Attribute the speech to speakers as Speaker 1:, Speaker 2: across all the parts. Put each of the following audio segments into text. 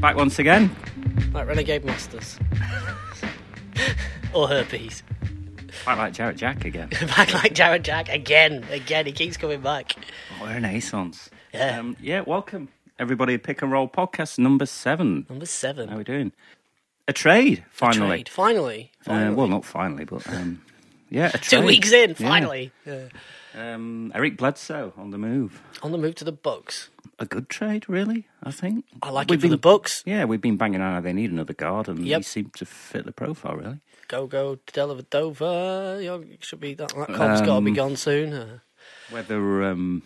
Speaker 1: back once again.
Speaker 2: Like Renegade Masters. or herpes.
Speaker 1: Quite like Jarrett Jack again.
Speaker 2: back like Jared Jack again, again. He keeps coming back.
Speaker 1: Oh, Renaissance.
Speaker 2: Yeah.
Speaker 1: Um, yeah, welcome everybody to Pick and Roll Podcast number seven.
Speaker 2: Number
Speaker 1: How are
Speaker 2: seven.
Speaker 1: we doing? A trade, finally.
Speaker 2: Trade. Finally.
Speaker 1: Uh,
Speaker 2: Finally.
Speaker 1: well, not finally, but um, yeah, a
Speaker 2: Two
Speaker 1: trade.
Speaker 2: weeks in,
Speaker 1: Yeah.
Speaker 2: finally. Yeah.
Speaker 1: Um, Eric Bledsoe on the move.
Speaker 2: On the move to the Bucks.
Speaker 1: A good trade, really, I think.
Speaker 2: I like
Speaker 1: We've
Speaker 2: it for
Speaker 1: been,
Speaker 2: the Bucks.
Speaker 1: Yeah, we've been banging on how they need another guard, and
Speaker 2: Yep.
Speaker 1: he seemed to fit the profile, really.
Speaker 2: Go, go, Delavadova. You should be that. That Cobb's got to be
Speaker 1: Um,
Speaker 2: gone soon. Uh,
Speaker 1: Whether um,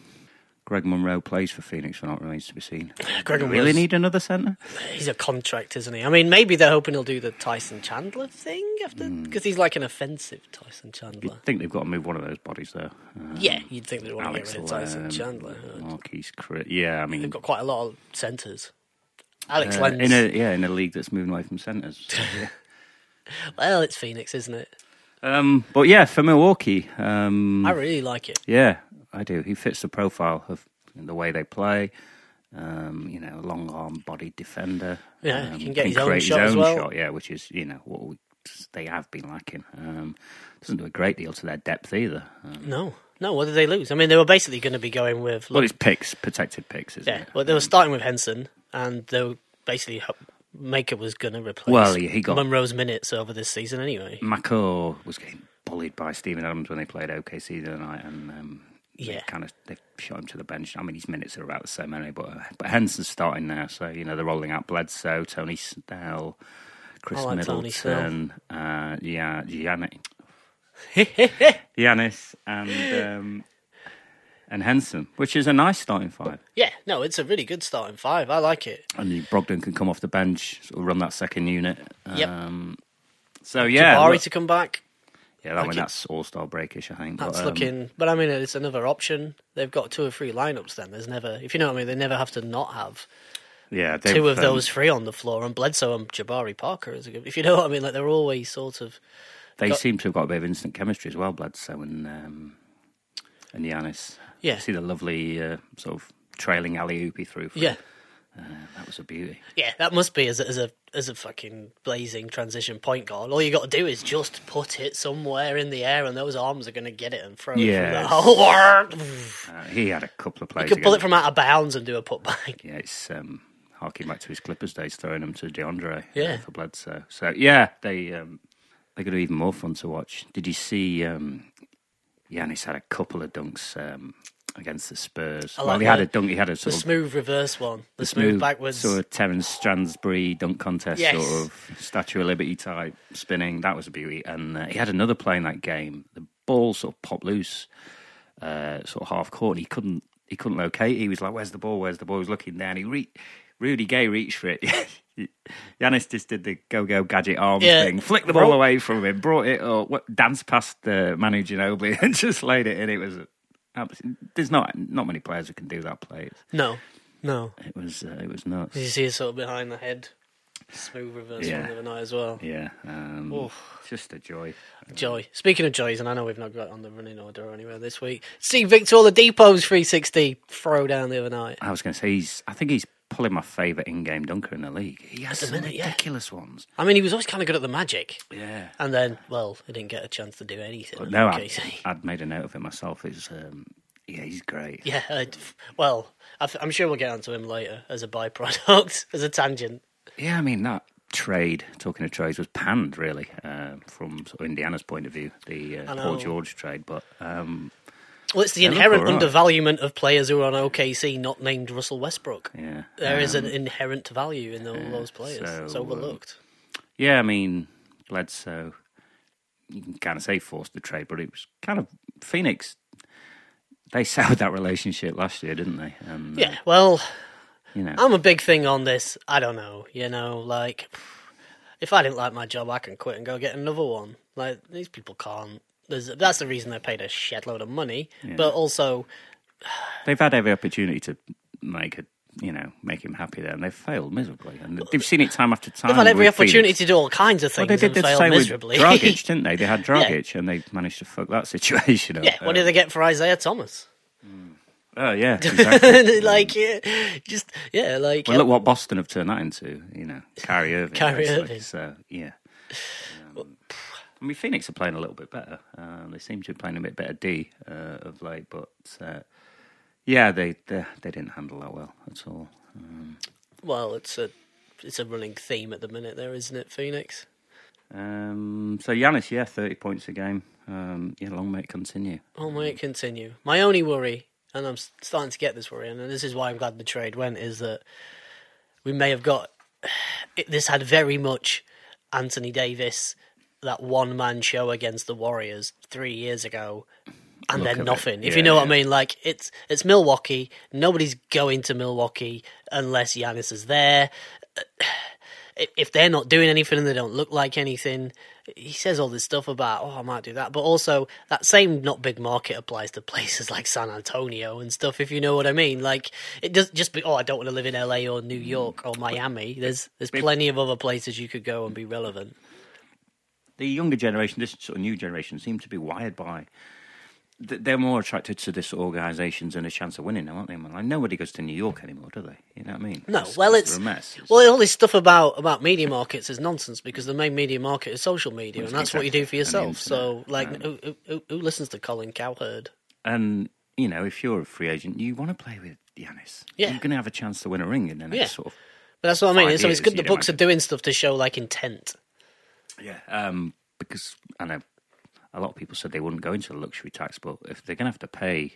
Speaker 1: Greg Monroe plays for Phoenix or not remains to be seen.
Speaker 2: Greg
Speaker 1: Do we
Speaker 2: Monroe's-
Speaker 1: really need another centre?
Speaker 2: He's a contract, isn't he? I mean, maybe they're hoping he'll do the Tyson Chandler thing after
Speaker 1: Hmm.
Speaker 2: because he's like an offensive Tyson Chandler.
Speaker 1: I think they've got to move one of those bodies there. Um,
Speaker 2: Yeah, you'd think they'd want to
Speaker 1: Alex
Speaker 2: get rid of Tyson
Speaker 1: Lamb,
Speaker 2: Chandler.
Speaker 1: Marquise Chris. Yeah, I mean,
Speaker 2: They've got quite a lot of centres. Alex
Speaker 1: uh,
Speaker 2: Lenz.
Speaker 1: in a yeah, in a league that's moving away from centres.
Speaker 2: Well, it's Phoenix, isn't it?
Speaker 1: um, but yeah, for Milwaukee, um,
Speaker 2: I really like it.
Speaker 1: yeah, I do. He fits the profile of the way they play. Um, you know, long arm body defender.
Speaker 2: Yeah, he
Speaker 1: um,
Speaker 2: can get his own shot as well.
Speaker 1: shot. Yeah, which is you know what we, they have been lacking. Um, doesn't do a great deal to their depth either. Um,
Speaker 2: No, no. What did they lose? I mean, they were basically going to be going with.
Speaker 1: well, it's picks, protected picks, isn't
Speaker 2: yeah,
Speaker 1: it?
Speaker 2: well, they were starting with Henson, and they were basically ho- Maker was going to replace.
Speaker 1: Well, he- he got- Hmm.
Speaker 2: Monroe's minutes over this season anyway.
Speaker 1: Mako was getting bullied by Stephen Adams when they played OKC the other night, and um,
Speaker 2: Yeah.
Speaker 1: kind of they shot him to the bench. I mean, his minutes are about the same anyway, but uh, but Henson's starting now, so you know they're rolling out Bledsoe, Tony Snell, Chris
Speaker 2: I like Tony
Speaker 1: Middleton, uh, yeah, Gianni, Giannis, and um, and Henson, which is a nice starting five.
Speaker 2: Yeah, no, it's a really good starting five. I like it.
Speaker 1: And Brogdon can come off the bench, sort of run that second unit.
Speaker 2: Yep.
Speaker 1: Um, so yeah,
Speaker 2: Jabari
Speaker 1: look-
Speaker 2: to come back.
Speaker 1: yeah, that
Speaker 2: like
Speaker 1: one
Speaker 2: it-
Speaker 1: that's All Star breakish, I think. but,
Speaker 2: That's
Speaker 1: um,
Speaker 2: looking, but I mean, it's another option. They've got two or three lineups. Then there's never, if you know what I mean, they never have to not have
Speaker 1: Yeah, they've,
Speaker 2: two of
Speaker 1: um,
Speaker 2: those three on the floor. And Bledsoe and Jabari Parker is a good. If you know what I mean, like they're always sort of.
Speaker 1: They
Speaker 2: got-
Speaker 1: seem to have got a bit of instant chemistry as well, Bledsoe and um, and Giannis.
Speaker 2: Yeah.
Speaker 1: see the lovely uh, sort of trailing alley oopy through. for
Speaker 2: Yeah,
Speaker 1: him. that was a beauty.
Speaker 2: yeah, that must be as a, as a as a fucking blazing transition point guard. All you got to do is just put it somewhere in the air, and those arms are going to get it and throw it. through
Speaker 1: Yes.
Speaker 2: The whole world.
Speaker 1: Uh, he had a couple of plays.
Speaker 2: You could pull it
Speaker 1: against-
Speaker 2: from out of bounds and do a putback.
Speaker 1: Yeah, it's um, harking back to his Clippers days, throwing them to DeAndre. uh,
Speaker 2: Yeah.
Speaker 1: for Bledsoe. So yeah, they um, they're going to be even more fun to watch. Did you see? Um, Giannis had a couple of dunks um, against the Spurs.
Speaker 2: like
Speaker 1: well, he
Speaker 2: the-
Speaker 1: had a dunk. He had a
Speaker 2: The
Speaker 1: sort of
Speaker 2: smooth reverse one, the, smooth,
Speaker 1: smooth
Speaker 2: backwards.
Speaker 1: sort of Terence Stransbury dunk contest,
Speaker 2: Yes.
Speaker 1: sort of Statue of Liberty type spinning. That was a beauty. And uh, he had another play in that game. The ball sort of popped loose, uh, sort of half court, and he couldn't he couldn't locate. it. He was like, "Where's the ball? Where's the ball?" He was looking down. He re- Rudy Gay reached for it. Yanis just did the go-go gadget arm
Speaker 2: Yeah.
Speaker 1: thing, flicked the ball
Speaker 2: Bro-
Speaker 1: away from him, brought it up, wa- danced past uh, Manu Ginobili, and just laid it in. It was abs- there's not not many players who can do that play.
Speaker 2: No, no.
Speaker 1: It was uh, it was nuts.
Speaker 2: Did you see it sort of behind the head? Smooth reverse
Speaker 1: Yeah.
Speaker 2: one the other night as well.
Speaker 1: Yeah, um, it's just a joy.
Speaker 2: Joy. Speaking of joys, and I know we've not got it on the running order or anywhere this week. See Victor Oladipo's 360 throw down the other night.
Speaker 1: I was going to say he's. I think he's probably my favourite in-game dunker in the league. He has
Speaker 2: the
Speaker 1: some
Speaker 2: minute, yeah.
Speaker 1: ridiculous ones.
Speaker 2: I mean, he was always kind of good at the magic,
Speaker 1: Yeah.
Speaker 2: and then well, he didn't get a chance to do anything. in
Speaker 1: No, I,
Speaker 2: OKC.
Speaker 1: I'd made a note of it myself. It's um, yeah, he's great.
Speaker 2: yeah. I, well, I th- I'm sure we'll get onto him later as a byproduct, as a tangent.
Speaker 1: Yeah, I mean that trade. Talking of trades, was panned really um from sort of Indiana's point of view, the uh, Paul
Speaker 2: know.
Speaker 1: George trade. But um,
Speaker 2: Well, it's the
Speaker 1: look
Speaker 2: inherent
Speaker 1: all right.
Speaker 2: undervaluement of players who are on OKC not named Russell Westbrook.
Speaker 1: yeah,
Speaker 2: There is
Speaker 1: um,
Speaker 2: an inherent value in all those players.
Speaker 1: so,
Speaker 2: it's
Speaker 1: um,
Speaker 2: overlooked.
Speaker 1: Yeah, I mean, Bledsoe, you can kind of say forced the trade, but it was kind of Phoenix. They soured that relationship last year, didn't they? And, uh,
Speaker 2: yeah, well,
Speaker 1: you know,
Speaker 2: I'm a big thing on this. I don't know, you know, like if I didn't like my job, I can quit and go get another one. Like these people can't. There's, that's the reason they're paid a shed load of money, but also
Speaker 1: they've had every opportunity to make a, you know, make him happy there, and they've failed miserably, and they've seen it time after time.
Speaker 2: they've had every
Speaker 1: with Phoenix.
Speaker 2: opportunity to do all kinds of things
Speaker 1: Well, they did
Speaker 2: and
Speaker 1: the
Speaker 2: fail
Speaker 1: same with
Speaker 2: miserably.
Speaker 1: Dragic, didn't they? They had Dragic, and they managed to fuck that situation up.
Speaker 2: yeah, what
Speaker 1: Uh,
Speaker 2: did they get for Isaiah Thomas?
Speaker 1: Oh yeah, exactly.
Speaker 2: like, yeah, just yeah, like
Speaker 1: well, look what Boston have turned that into. You know, Kyrie Irving.
Speaker 2: Kyrie
Speaker 1: basically.
Speaker 2: Irving.
Speaker 1: So yeah. Um, I mean, Phoenix are playing a little bit better. Um, they seem to be playing a bit better D uh, of late, but uh, yeah, they, they they didn't handle that well at all.
Speaker 2: well, it's a it's a running theme at the minute, there isn't it, Phoenix?
Speaker 1: Um, so Yanis, yeah, thirty points a game. Um, yeah, long may it continue.
Speaker 2: Oh, may it continue. My only worry, and I'm s- starting to get this worry, and this is why I'm glad the trade went, is that we may have got it, this had very much Anthony Davis, that one man show against the Warriors three years ago. And
Speaker 1: Look
Speaker 2: then
Speaker 1: at
Speaker 2: nothing.
Speaker 1: it.
Speaker 2: If you
Speaker 1: Yeah,
Speaker 2: know what I
Speaker 1: yeah.
Speaker 2: mean, like it's it's Milwaukee. Nobody's going to Milwaukee unless Giannis is there. i- if they're not doing anything and they don't look like anything, he says all this stuff about, oh, I might do that. But also, that same not big market applies to places like San Antonio and stuff, if you know what I mean. Like, it does just be, oh, I don't want to live in LA or New York or Miami. There's there's plenty of other places you could go and be relevant.
Speaker 1: the younger generation, this sort of new generation, seem to be wired by. th- They're more attracted to this sort of organisations and a chance of winning, now, aren't they? man? Like nobody goes to New York anymore, do they? You know what I mean?
Speaker 2: No, well, it's.
Speaker 1: they're a mess.
Speaker 2: Well, all this stuff about, about media markets is nonsense because the main media market is social media, and that's what you do for
Speaker 1: exactly, and the
Speaker 2: yourself. So,
Speaker 1: internet,
Speaker 2: like, who, who- who, who listens to Colin Cowherd?
Speaker 1: and you know, if you're a free agent, you want to play with Yanis.
Speaker 2: Yeah.
Speaker 1: you're going to have a chance to win a ring in the next
Speaker 2: Yeah.
Speaker 1: sort of
Speaker 2: But that's what I mean.
Speaker 1: Five
Speaker 2: so
Speaker 1: years,
Speaker 2: it's good
Speaker 1: you'd
Speaker 2: the books are doing stuff to show like intent.
Speaker 1: Yeah, um, because I know a lot of people said they wouldn't go into the luxury tax, but if they're going to have to pay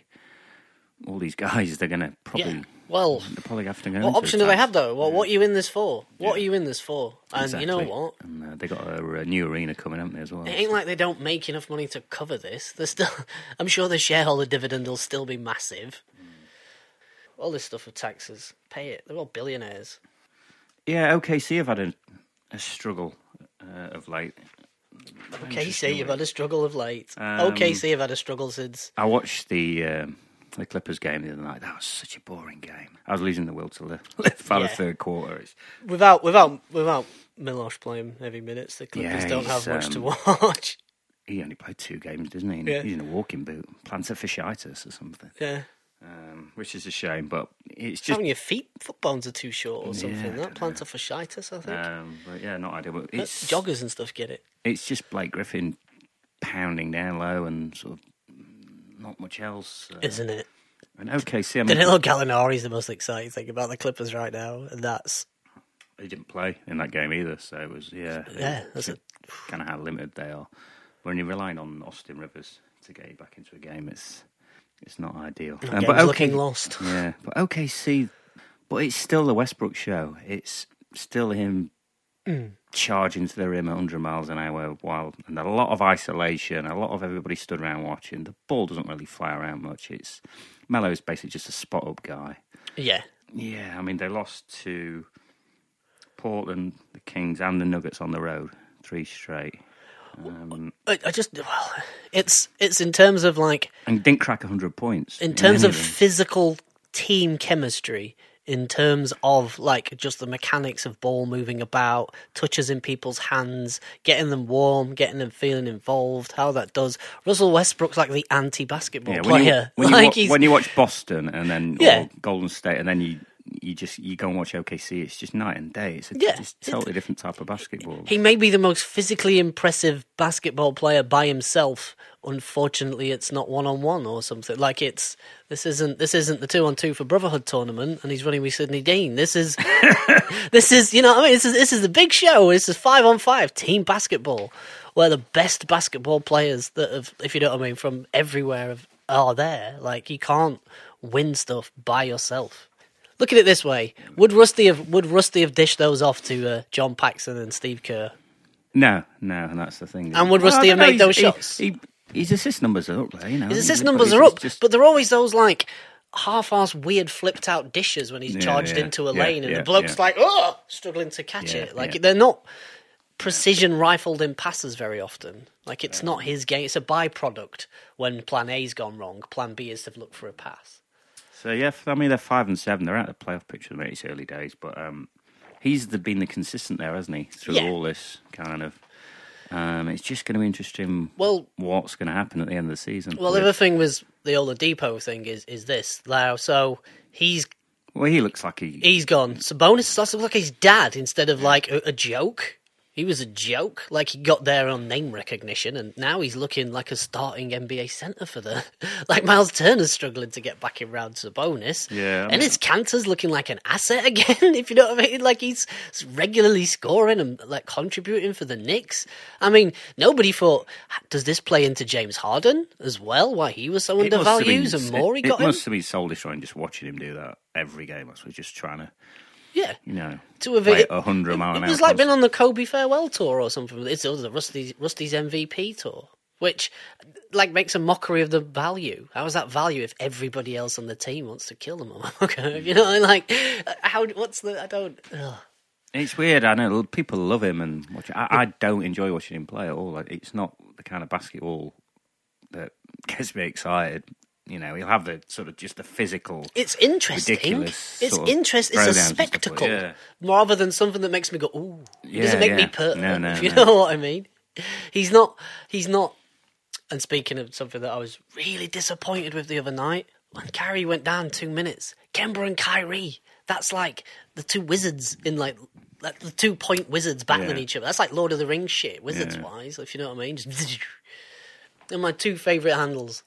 Speaker 1: all these guys, they're going to probably
Speaker 2: Yeah. Well,
Speaker 1: they're probably have to go.
Speaker 2: what
Speaker 1: into
Speaker 2: option
Speaker 1: the
Speaker 2: do they
Speaker 1: tax.
Speaker 2: have though? What, what are you in this for? What are you in this for? And you know
Speaker 1: Exactly.
Speaker 2: what?
Speaker 1: And uh, they got a, uh new arena coming, haven't they, as well?
Speaker 2: It ain't like they don't make enough money to cover this. They're still, I'm sure the shareholder dividend will still be massive.
Speaker 1: Mm.
Speaker 2: All this stuff with taxes, pay it. They're all billionaires.
Speaker 1: Yeah, OKC have had a, a struggle uh, of late.
Speaker 2: OKC, you've had a struggle of late.
Speaker 1: Um,
Speaker 2: OKC, have had a struggle since.
Speaker 1: I watched the um, the Clippers game the other night. That was such a boring game. I was losing the will to live, live by the
Speaker 2: Yeah.
Speaker 1: third quarter. It's,
Speaker 2: Without, without, without Milosh playing heavy minutes, the Clippers
Speaker 1: Yeah,
Speaker 2: don't have
Speaker 1: he's,
Speaker 2: much to
Speaker 1: um,
Speaker 2: watch.
Speaker 1: he only played two games, didn't he? And
Speaker 2: Yeah.
Speaker 1: He's in a walking boot, plantar fasciitis or something.
Speaker 2: yeah.
Speaker 1: um, which is a shame. But it's
Speaker 2: Just,
Speaker 1: just,
Speaker 2: Having your feet, foot bones are too short or something.
Speaker 1: I
Speaker 2: that plantar fasciitis, I think.
Speaker 1: um, but yeah, not ideal. But
Speaker 2: But
Speaker 1: it's
Speaker 2: joggers and stuff get it.
Speaker 1: it's just Blake Griffin pounding down low and sort of not much else. Uh,
Speaker 2: not it?
Speaker 1: and OKC, I mean,
Speaker 2: Danilo Gallinari is the most exciting thing about the Clippers right now, and that's
Speaker 1: he didn't play in that game either, so it was yeah,
Speaker 2: yeah, that's it.
Speaker 1: kind of how limited they are. When you're relying on Austin Rivers to get you back into a game, it's it's not ideal. Um,
Speaker 2: Game's
Speaker 1: OK
Speaker 2: looking lost.
Speaker 1: Yeah, but OKC, but it's still the Westbrook show. It's still him
Speaker 2: Mm.
Speaker 1: charging to the rim at 100 miles an hour, while and a lot of isolation, a lot of everybody stood around watching. The ball doesn't really fly around much. It's Melo's basically just a spot up guy.
Speaker 2: Yeah,
Speaker 1: Yeah, I mean they lost to Portland, the Kings, and the Nuggets on the road, three straight. Um,
Speaker 2: I, I just well, it's it's in terms of like
Speaker 1: and didn't crack 100 points.
Speaker 2: in terms
Speaker 1: any
Speaker 2: of
Speaker 1: them.
Speaker 2: physical team chemistry. In terms of like just the mechanics of ball moving about, touches in people's hands, getting them warm, getting them feeling involved, how that does. Russell Westbrook's like the anti-basketball
Speaker 1: Yeah, when you,
Speaker 2: player.
Speaker 1: when,
Speaker 2: like
Speaker 1: you
Speaker 2: he's
Speaker 1: wa- when you watch Boston and then or
Speaker 2: Yeah.
Speaker 1: Golden State and then you you just you go and watch OKC, it's just night and day. It's a
Speaker 2: Yeah.
Speaker 1: just totally different type of basketball.
Speaker 2: He may be the most physically impressive basketball player by himself. Unfortunately, it's not one on one or something. Like it's this isn't this isn't the two on two for Brotherhood tournament, and he's running with Sydney Dean. This is this is you know what I mean this is this is the big show. This is five on five team basketball, where the best basketball players that have, if you know what I mean, from everywhere have, are there. Like you can't win stuff by yourself. Look at it this way: Would Rusty have would Rusty have dished those off to uh, John Paxson and Steve Kerr?
Speaker 1: No, no, and that's the thing.
Speaker 2: And would Rusty
Speaker 1: I don't
Speaker 2: have
Speaker 1: know,
Speaker 2: made those
Speaker 1: he's- he- He,
Speaker 2: shots?
Speaker 1: his assist numbers are up there, you know.
Speaker 2: His
Speaker 1: He's-
Speaker 2: assist
Speaker 1: Mm, but
Speaker 2: numbers
Speaker 1: he's-
Speaker 2: are up,
Speaker 1: he's just-
Speaker 2: but they're always those like half-ass, weird, flipped-out dishes when he's
Speaker 1: Yeah,
Speaker 2: charged
Speaker 1: yeah,
Speaker 2: into a
Speaker 1: yeah,
Speaker 2: lane, and
Speaker 1: yeah,
Speaker 2: the bloke's
Speaker 1: yeah.
Speaker 2: like, "Oh," struggling to catch
Speaker 1: Yeah,
Speaker 2: it. Like
Speaker 1: yeah.
Speaker 2: they're not precision rifled in passes very often. Like it's not his game; it's a byproduct. When Plan A's gone wrong, Plan B is to look for a pass.
Speaker 1: So yeah, I mean they're five and seven. They're out of the playoff picture. Mate, it's early days, but um, he's the, been the consistent there, hasn't he? Through
Speaker 2: Yeah.
Speaker 1: all this kind of, Um, it's just going to be interesting.
Speaker 2: Well-
Speaker 1: what's going to happen at the end of the season?
Speaker 2: Well, the other thing was the Oladipo thing is is this now. So he's
Speaker 1: well, he looks like he.
Speaker 2: he's gone. Sabonis starts to look like his dad instead of like a, a joke. He was a joke. Like he got there on name recognition, and now he's looking like a starting NBA center for the. Like Miles Turner's struggling to get back around Sabonis.
Speaker 1: Yeah, I
Speaker 2: and
Speaker 1: mean-
Speaker 2: his Cantor's looking like an asset again. If you know what I mean, like he's regularly scoring and like contributing for the Knicks. I mean, nobody thought does this play into James Harden as well? Why he was so
Speaker 1: It must have been-
Speaker 2: undervalued, and more he
Speaker 1: it,
Speaker 2: got
Speaker 1: it
Speaker 2: him.
Speaker 1: must have been soul destroying just watching him do that every game. That's what just trying to,
Speaker 2: Yeah.
Speaker 1: you know,
Speaker 2: to have
Speaker 1: play
Speaker 2: it-
Speaker 1: at a hundred mile an
Speaker 2: It
Speaker 1: hour.
Speaker 2: was like being
Speaker 1: constant.
Speaker 2: on the Kobe farewell tour or something. It's it was the Rusty's Rusty's MVP tour, which like makes a mockery of the value. How is that value if everybody else on the team wants to kill them? Okay, you know, I mean, like how? What's the? I don't. Ugh.
Speaker 1: It's weird. I know people love him and watch. I, I don't enjoy watching him play at all. Like, It's not the kind of basketball that gets me excited. You know, he'll have the sort of just the physical.
Speaker 2: It's interesting.
Speaker 1: Ridiculous
Speaker 2: it's
Speaker 1: sort of
Speaker 2: interest. It's a
Speaker 1: throwdowns and stuff like-
Speaker 2: spectacle
Speaker 1: yeah.
Speaker 2: rather than something that makes me go ooh. It
Speaker 1: Yeah,
Speaker 2: doesn't make me
Speaker 1: yeah.
Speaker 2: put.
Speaker 1: No, no,
Speaker 2: if you
Speaker 1: no.
Speaker 2: know what I mean. He's not. He's not. And speaking of something that I was really disappointed with the other night, when Kyrie went down two minutes, Kemba and Kyrie. That's like the two wizards in like. Like the two point wizards
Speaker 1: Yeah.
Speaker 2: battling each other. That's like Lord of the Rings shit, wizards
Speaker 1: Yeah.
Speaker 2: wise, if you know what I mean. Just They're my two favourite handles.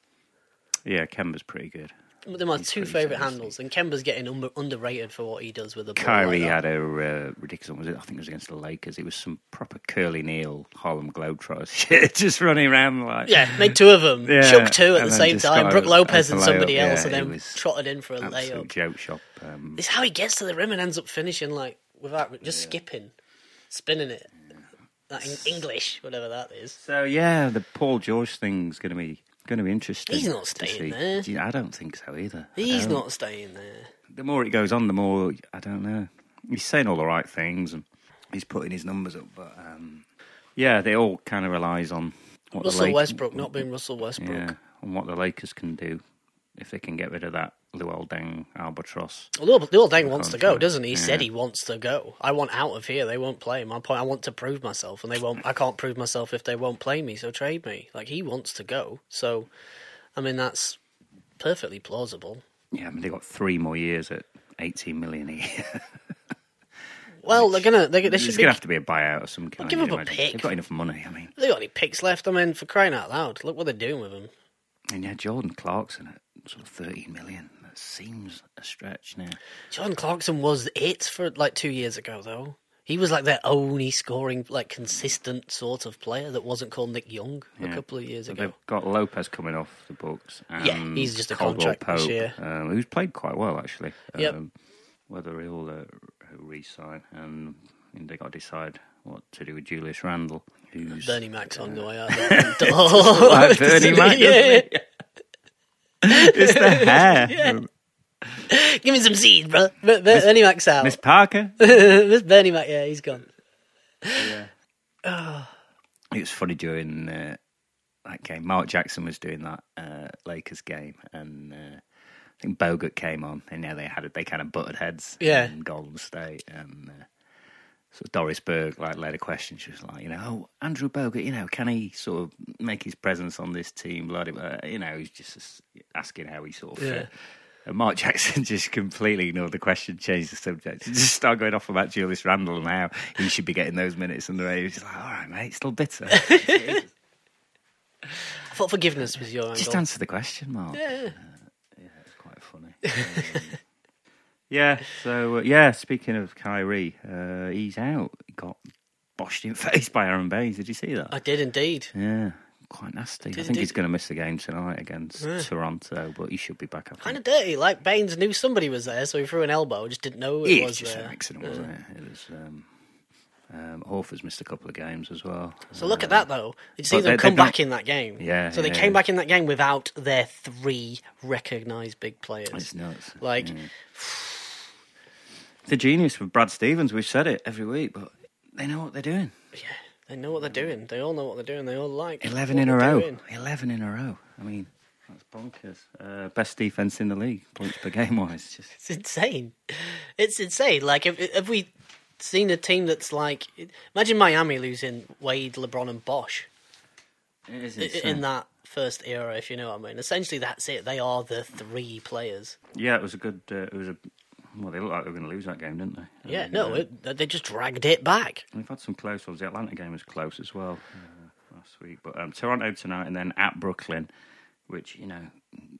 Speaker 1: Yeah, Kemba's pretty good.
Speaker 2: They're my two
Speaker 1: pretty
Speaker 2: favourite
Speaker 1: tasty.
Speaker 2: handles, and Kemba's getting un- underrated for what he does with the ball.
Speaker 1: Kyrie
Speaker 2: like that.
Speaker 1: had a uh, ridiculous one. Was it? I think it was against the Lakers. It was some proper curly Neal Harlem Globetrotters shit, just running around like
Speaker 2: yeah, made two of them,
Speaker 1: Yeah,
Speaker 2: shook two at
Speaker 1: and then
Speaker 2: the same
Speaker 1: just
Speaker 2: time.
Speaker 1: got
Speaker 2: Brooke
Speaker 1: a-
Speaker 2: Lopez
Speaker 1: a
Speaker 2: and
Speaker 1: layup,
Speaker 2: somebody
Speaker 1: yeah,
Speaker 2: else, and
Speaker 1: it
Speaker 2: then
Speaker 1: was
Speaker 2: trotted in for a
Speaker 1: absolute
Speaker 2: layup.
Speaker 1: joke shop. Um,
Speaker 2: It's how he gets to the rim and ends up finishing like without just skipping, spinning it. That in English, whatever that is.
Speaker 1: so yeah, the Paul George thing's going to be going to be interesting.
Speaker 2: He's not
Speaker 1: to
Speaker 2: staying
Speaker 1: see.
Speaker 2: there.
Speaker 1: Do you- I don't think so either. I
Speaker 2: He's
Speaker 1: don't.
Speaker 2: not staying there.
Speaker 1: The more it goes on, the more I don't know. He's saying all the right things and he's putting his numbers up, but um, yeah, they all kind of relies on what the
Speaker 2: Russell
Speaker 1: Lake-
Speaker 2: Westbrook not being Russell Westbrook.
Speaker 1: Yeah, on what the Lakers can do if they can get rid of that Luol Deng albatross.
Speaker 2: Well, Lil, Lil Dang wants to go,
Speaker 1: contract,
Speaker 2: doesn't he? He said
Speaker 1: yeah.
Speaker 2: he wants to go. I want out of here. They won't play my point. I want to prove myself, and they won't. I can't prove myself if they won't play me. So trade me. Like he wants to go. So, I mean, that's perfectly plausible.
Speaker 1: Yeah, I mean they got three more years at eighteen million a year.
Speaker 2: Well, they're gonna. They, they
Speaker 1: There's
Speaker 2: should
Speaker 1: going
Speaker 2: be.
Speaker 1: to have to be a buyout of some kind.
Speaker 2: give
Speaker 1: you'd
Speaker 2: up a
Speaker 1: imagine.
Speaker 2: pick.
Speaker 1: They've got enough money. I mean,
Speaker 2: They got any picks left? I mean, for crying out loud! Look what they're doing with him.
Speaker 1: and yeah, Jordan Clarkson at sort of thirteen million. That seems a stretch now.
Speaker 2: John Clarkson was it for like two years ago, though. He was like their only scoring, like consistent sort of player that wasn't called Nick Young a
Speaker 1: Yeah.
Speaker 2: couple of years
Speaker 1: But
Speaker 2: ago.
Speaker 1: they've got Lopez coming off the books. And
Speaker 2: Yeah, he's just a
Speaker 1: Caldwell
Speaker 2: contract this
Speaker 1: Pope,
Speaker 2: year.
Speaker 1: um, who's played quite well actually.
Speaker 2: Yep.
Speaker 1: Um, whether he'll uh, re-sign, and they got to decide what to do with Julius Randle. Who's
Speaker 2: Bernie Mac's on the way out. the door.
Speaker 1: like Bernie Mac,
Speaker 2: Yeah.
Speaker 1: doesn't it's the hair.
Speaker 2: Give me some seeds, bro. Ber- Ber- Bernie Mac's out.
Speaker 1: Miss Parker.
Speaker 2: Miss Bernie Mac, yeah, he's gone.
Speaker 1: It was funny during uh, that game. Mark Jackson was doing that uh, Lakers game, and uh, I think Bogut came on, and yeah, they had they kind of butted heads.
Speaker 2: Yeah.
Speaker 1: in Golden State, and uh, so Doris Berg like led a question. She was like, you know, oh, Andrew Bogut, you know, can he sort of make his presence on this team? Blah, blah, blah. You know, he's just s- asking how he sort of.
Speaker 2: Yeah.
Speaker 1: fit. And Mark Jackson just completely ignored the question, changed the subject, and just started going off about Julius Randle and how he should be getting those minutes and the way he was just like, all right, mate, still bitter.
Speaker 2: I thought forgiveness was your
Speaker 1: Just
Speaker 2: angle.
Speaker 1: answer the question, Mark.
Speaker 2: Yeah.
Speaker 1: It's quite funny. Um, yeah. So uh, yeah, speaking of Kyrie, uh, he's out. He got boshed in face by Aaron Baines. Did you see that?
Speaker 2: I did indeed.
Speaker 1: yeah. Quite nasty. I
Speaker 2: Did-
Speaker 1: think
Speaker 2: did-
Speaker 1: he's going to miss the game tonight against Toronto, but he should be back. I think.
Speaker 2: Kind of dirty. Like Baines knew somebody was there, so he threw an elbow. Just didn't know who it
Speaker 1: Yeah,
Speaker 2: was
Speaker 1: it's just
Speaker 2: there.
Speaker 1: an accident, wasn't it? It was. Um, um, Horford's missed a couple of games as well. Uh,
Speaker 2: So look at that though. Did you see
Speaker 1: But
Speaker 2: them
Speaker 1: they-
Speaker 2: come
Speaker 1: they've
Speaker 2: back
Speaker 1: not-
Speaker 2: in that game?
Speaker 1: Yeah,
Speaker 2: So they
Speaker 1: yeah,
Speaker 2: came
Speaker 1: yeah.
Speaker 2: back in that game without their three recognised big players.
Speaker 1: It's mm. nuts.
Speaker 2: Like
Speaker 1: the genius with Brad Stevens. We've said it every week, but they know what they're doing.
Speaker 2: they know what they're doing. They all know what they're doing. They all like
Speaker 1: Eleven
Speaker 2: what
Speaker 1: in a
Speaker 2: they're
Speaker 1: row.
Speaker 2: doing.
Speaker 1: Eleven in a row. I mean, that's bonkers. Uh, best defense in the league, points per game wise. Just
Speaker 2: It's insane. It's insane. Like if if we seen a team that's like imagine Miami losing Wade, LeBron, and Bosch
Speaker 1: It is
Speaker 2: i-
Speaker 1: insane.
Speaker 2: in that first era, if you know what I mean. Essentially, that's it. They are the three players.
Speaker 1: yeah, it was a good. Uh, it was a. Well, they looked like they were going to lose that game, didn't they?
Speaker 2: Yeah,
Speaker 1: And,
Speaker 2: no,
Speaker 1: uh,
Speaker 2: it, they just dragged it back.
Speaker 1: We've had some close ones. The Atlanta game was close as well uh, last week. But um, Toronto tonight and then at Brooklyn, which, you know,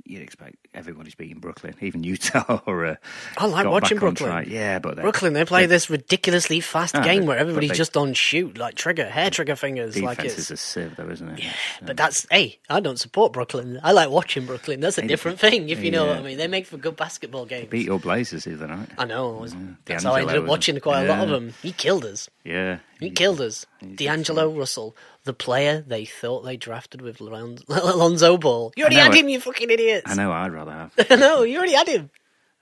Speaker 1: you'd expect everybody's beating Brooklyn, even Utah. Or, uh,
Speaker 2: I like
Speaker 1: got
Speaker 2: watching
Speaker 1: back on
Speaker 2: Brooklyn.
Speaker 1: track. Yeah, but they,
Speaker 2: Brooklyn, they play this ridiculously fast
Speaker 1: Ah,
Speaker 2: game
Speaker 1: they-
Speaker 2: where
Speaker 1: but
Speaker 2: everybody's
Speaker 1: they-
Speaker 2: just on shoot, like trigger, hair trigger fingers.
Speaker 1: defense
Speaker 2: Like
Speaker 1: is
Speaker 2: it's,
Speaker 1: a sieve, though, isn't it? Yeah,
Speaker 2: but that's hey, I don't support Brooklyn. I like watching Brooklyn. That's a different thing, if you know what I
Speaker 1: Yeah.
Speaker 2: mean. They make for good basketball games.
Speaker 1: Beat your Blazers the other night.
Speaker 2: I know. it was- that's how I
Speaker 1: Mm-hmm. D'Angelo
Speaker 2: ended up
Speaker 1: was-
Speaker 2: watching quite a lot of
Speaker 1: yeah.
Speaker 2: them. He killed us.
Speaker 1: Yeah.
Speaker 2: He killed us. D'Angelo Russell, the player they thought they drafted with Lon- Lonzo Ball. You already
Speaker 1: know
Speaker 2: had
Speaker 1: it.
Speaker 2: him, you fucking idiots.
Speaker 1: I know I'd rather have.
Speaker 2: I know, you already had him.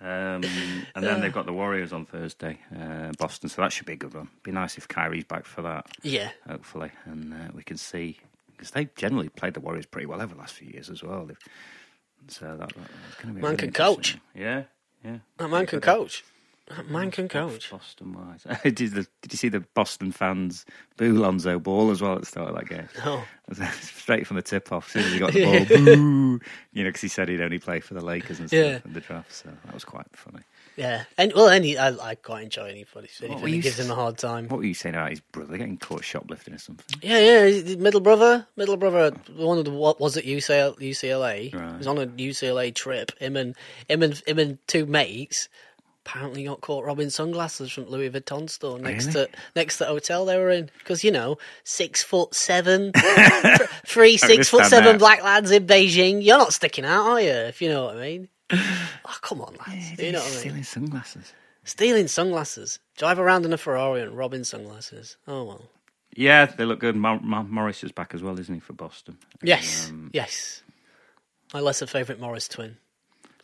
Speaker 1: Um, and then they've got the Warriors on Thursday, uh, Boston. So that should be a good one. Be nice if Kyrie's back for that.
Speaker 2: Yeah.
Speaker 1: hopefully, and uh, we can see because they've generally played the Warriors pretty well over the last few years as well. They've, so that, that's going to be
Speaker 2: Man
Speaker 1: really
Speaker 2: can
Speaker 1: interesting.
Speaker 2: coach.
Speaker 1: Yeah, yeah.
Speaker 2: That man can coach. That man can coach.
Speaker 1: Boston wise, did, the, did you see the Boston fans boo Lonzo Ball as well at the start of that game?
Speaker 2: No.
Speaker 1: Straight from the tip off, as soon as he got the ball, boo! You know, because he said he'd only play for the Lakers and stuff
Speaker 2: Yeah.
Speaker 1: in the draft, so that was quite funny.
Speaker 2: Yeah. And well, any I, I quite enjoy anybody.
Speaker 1: were
Speaker 2: Anything
Speaker 1: you
Speaker 2: that gives
Speaker 1: s-
Speaker 2: him a hard time.
Speaker 1: What were you saying about his brother getting caught shoplifting or something?
Speaker 2: Yeah, yeah. he's the Middle brother, middle brother. One of the what was it UCLA? UCLA.
Speaker 1: Right.
Speaker 2: He was on a UCLA trip. Him and him and him and two mates apparently got caught robbing sunglasses from Louis Vuitton store next
Speaker 1: Really?
Speaker 2: to next to the hotel they were in. Because you know, six foot seven, th- three six foot
Speaker 1: stand
Speaker 2: seven
Speaker 1: out.
Speaker 2: black lads in Beijing. You're not sticking out, are you? If you know what I mean. Oh come on, lads! you know
Speaker 1: He's
Speaker 2: what I mean.
Speaker 1: stealing sunglasses.
Speaker 2: Stealing sunglasses, drive around in a Ferrari and robbing sunglasses. Oh well.
Speaker 1: Yeah, they look good. Mar- Mar- Morris is back as well, isn't he, for Boston?
Speaker 2: Yes,
Speaker 1: Um,
Speaker 2: yes. My lesser favourite Morris twin.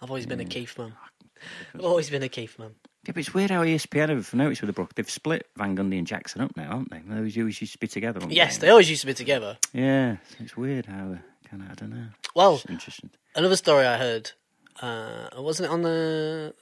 Speaker 2: I've always
Speaker 1: Hmm.
Speaker 2: been a Keith man.
Speaker 1: Ah,
Speaker 2: I've always been a Keith man.
Speaker 1: Yeah, but it's weird how E ESPN have noticed with the Brook. They've split Van Gundy and Jackson up now, aren't they? Those who used to be together. On
Speaker 2: Yes, they Oh. always used to be together.
Speaker 1: Yeah, so it's weird how they kind of, I don't know.
Speaker 2: Well,
Speaker 1: It's interesting.
Speaker 2: another story I heard. Uh, wasn't it on the,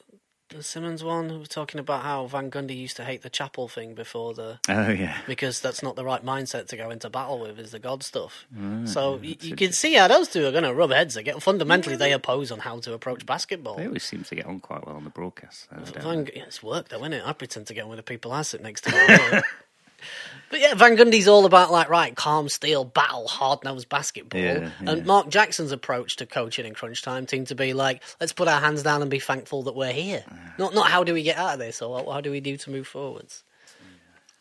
Speaker 2: the Simmons one? We were talking about how Van Gundy used to hate the chapel thing before the
Speaker 1: Oh, yeah.
Speaker 2: because that's not the right mindset to go into battle with is the god stuff. so you, you
Speaker 1: Hmm, interesting.
Speaker 2: can see how those two are going to rub heads again. Fundamentally, they oppose on how to approach basketball.
Speaker 1: They always seem to get on quite well on the broadcast. though, don't
Speaker 2: Van, yeah, it's work though, isn't it? I pretend to get on with the people I sit next to. don't I? but yeah, Van Gundy's all about like right, calm, steel, battle, hard nosed basketball.
Speaker 1: Yeah, yeah.
Speaker 2: And Mark Jackson's approach to coaching in crunch time seemed to be like, let's put our hands down and be thankful that we're here. Not not how do we get out of this or how do we do to move forwards.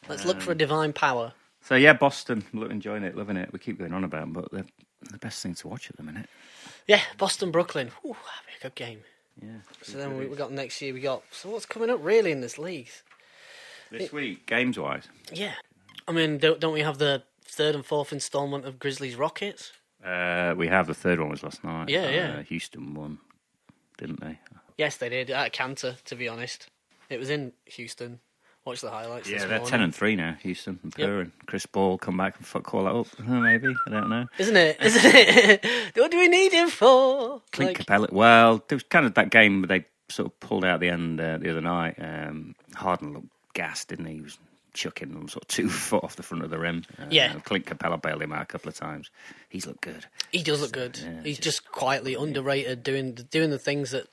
Speaker 2: Let's look for
Speaker 1: Um,
Speaker 2: a divine power.
Speaker 1: So, yeah, Boston, look, enjoying it, loving it. We keep going on about them, but they're the best thing to watch at the minute.
Speaker 2: Yeah, Boston, Brooklyn. Ooh, that'd be a good game.
Speaker 1: Yeah.
Speaker 2: So then we, we got next year. We got so what's coming up really in this league.
Speaker 1: This week, games wise,
Speaker 2: Yeah, I mean, don't, don't we have the third and fourth instalment of Grizzlies Rockets?
Speaker 1: uh, we have the third one was last night.
Speaker 2: Yeah,
Speaker 1: uh,
Speaker 2: yeah.
Speaker 1: Houston won, didn't they?
Speaker 2: Yes, they did. At Cantor, to be honest, it was in Houston. Watch the highlights.
Speaker 1: Yeah,
Speaker 2: this
Speaker 1: they're
Speaker 2: morning.
Speaker 1: ten and three now. Houston and Purr and Chris Ball come back and fuck call that up. Uh, Maybe I don't know.
Speaker 2: Isn't it? Isn't it? what do we need him for?
Speaker 1: Clint
Speaker 2: Like,
Speaker 1: Capella. Well, there was kind of that game where they sort of pulled out the end uh, the other night. Um, Harden looked gassed, didn't he? He was chucking them sort of two foot off the front of the rim. Uh,
Speaker 2: Yeah.
Speaker 1: Clint Capella bailed him out a couple of times. He's looked good.
Speaker 2: he does look good. He's just quietly underrated, doing doing the things that.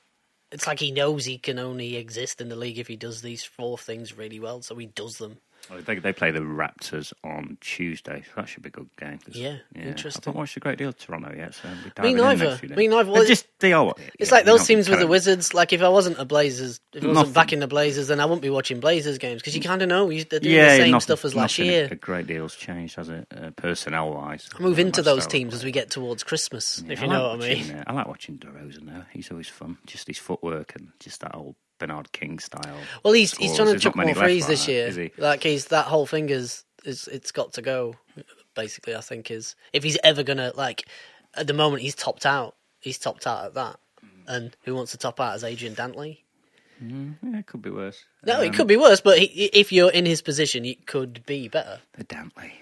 Speaker 2: It's like he knows he can only exist in the league if he does these four things really well, so he does them.
Speaker 1: They, they play the Raptors on Tuesday, so that should be a good game. 'cause-
Speaker 2: Yeah,
Speaker 1: I've
Speaker 2: interesting.
Speaker 1: not watched a great deal of Toronto yet, so I'll be diving in
Speaker 2: neither.
Speaker 1: next few days.
Speaker 2: Me neither.
Speaker 1: They're
Speaker 2: Well,
Speaker 1: Just they are.
Speaker 2: It's
Speaker 1: yeah,
Speaker 2: like
Speaker 1: they're
Speaker 2: those
Speaker 1: not
Speaker 2: teams with the
Speaker 1: terrible.
Speaker 2: Wizards. Like if I wasn't a Blazers, if I wasn't
Speaker 1: Nothing.
Speaker 2: back in the Blazers, then I wouldn't be watching Blazers games because you kind of know you- they're doing the
Speaker 1: yeah,
Speaker 2: same
Speaker 1: nothing-
Speaker 2: stuff as last
Speaker 1: nothing
Speaker 2: year.
Speaker 1: A great deal's changed, has it? Uh, personnel wise,
Speaker 2: I move into those teams
Speaker 1: uh,
Speaker 2: as we get towards Christmas, if you know what I mean.
Speaker 1: I like watching DeRozan though. He's always fun. Just his footwork and just that old Bernard King style.
Speaker 2: Well, he's he's
Speaker 1: scores.
Speaker 2: trying to
Speaker 1: There's
Speaker 2: chuck
Speaker 1: not many
Speaker 2: more
Speaker 1: left
Speaker 2: threes
Speaker 1: like
Speaker 2: this
Speaker 1: that,
Speaker 2: year.
Speaker 1: is he?
Speaker 2: Like he's that whole fingers is it's got to go. Basically, I think is if he's ever gonna like at the moment he's topped out. He's topped out at that. And who wants to top out as Adrian Dantley?
Speaker 1: Yeah, it could be worse.
Speaker 2: No, it could be worse, but he, if you're in his position, it could be better.
Speaker 1: The Dantley,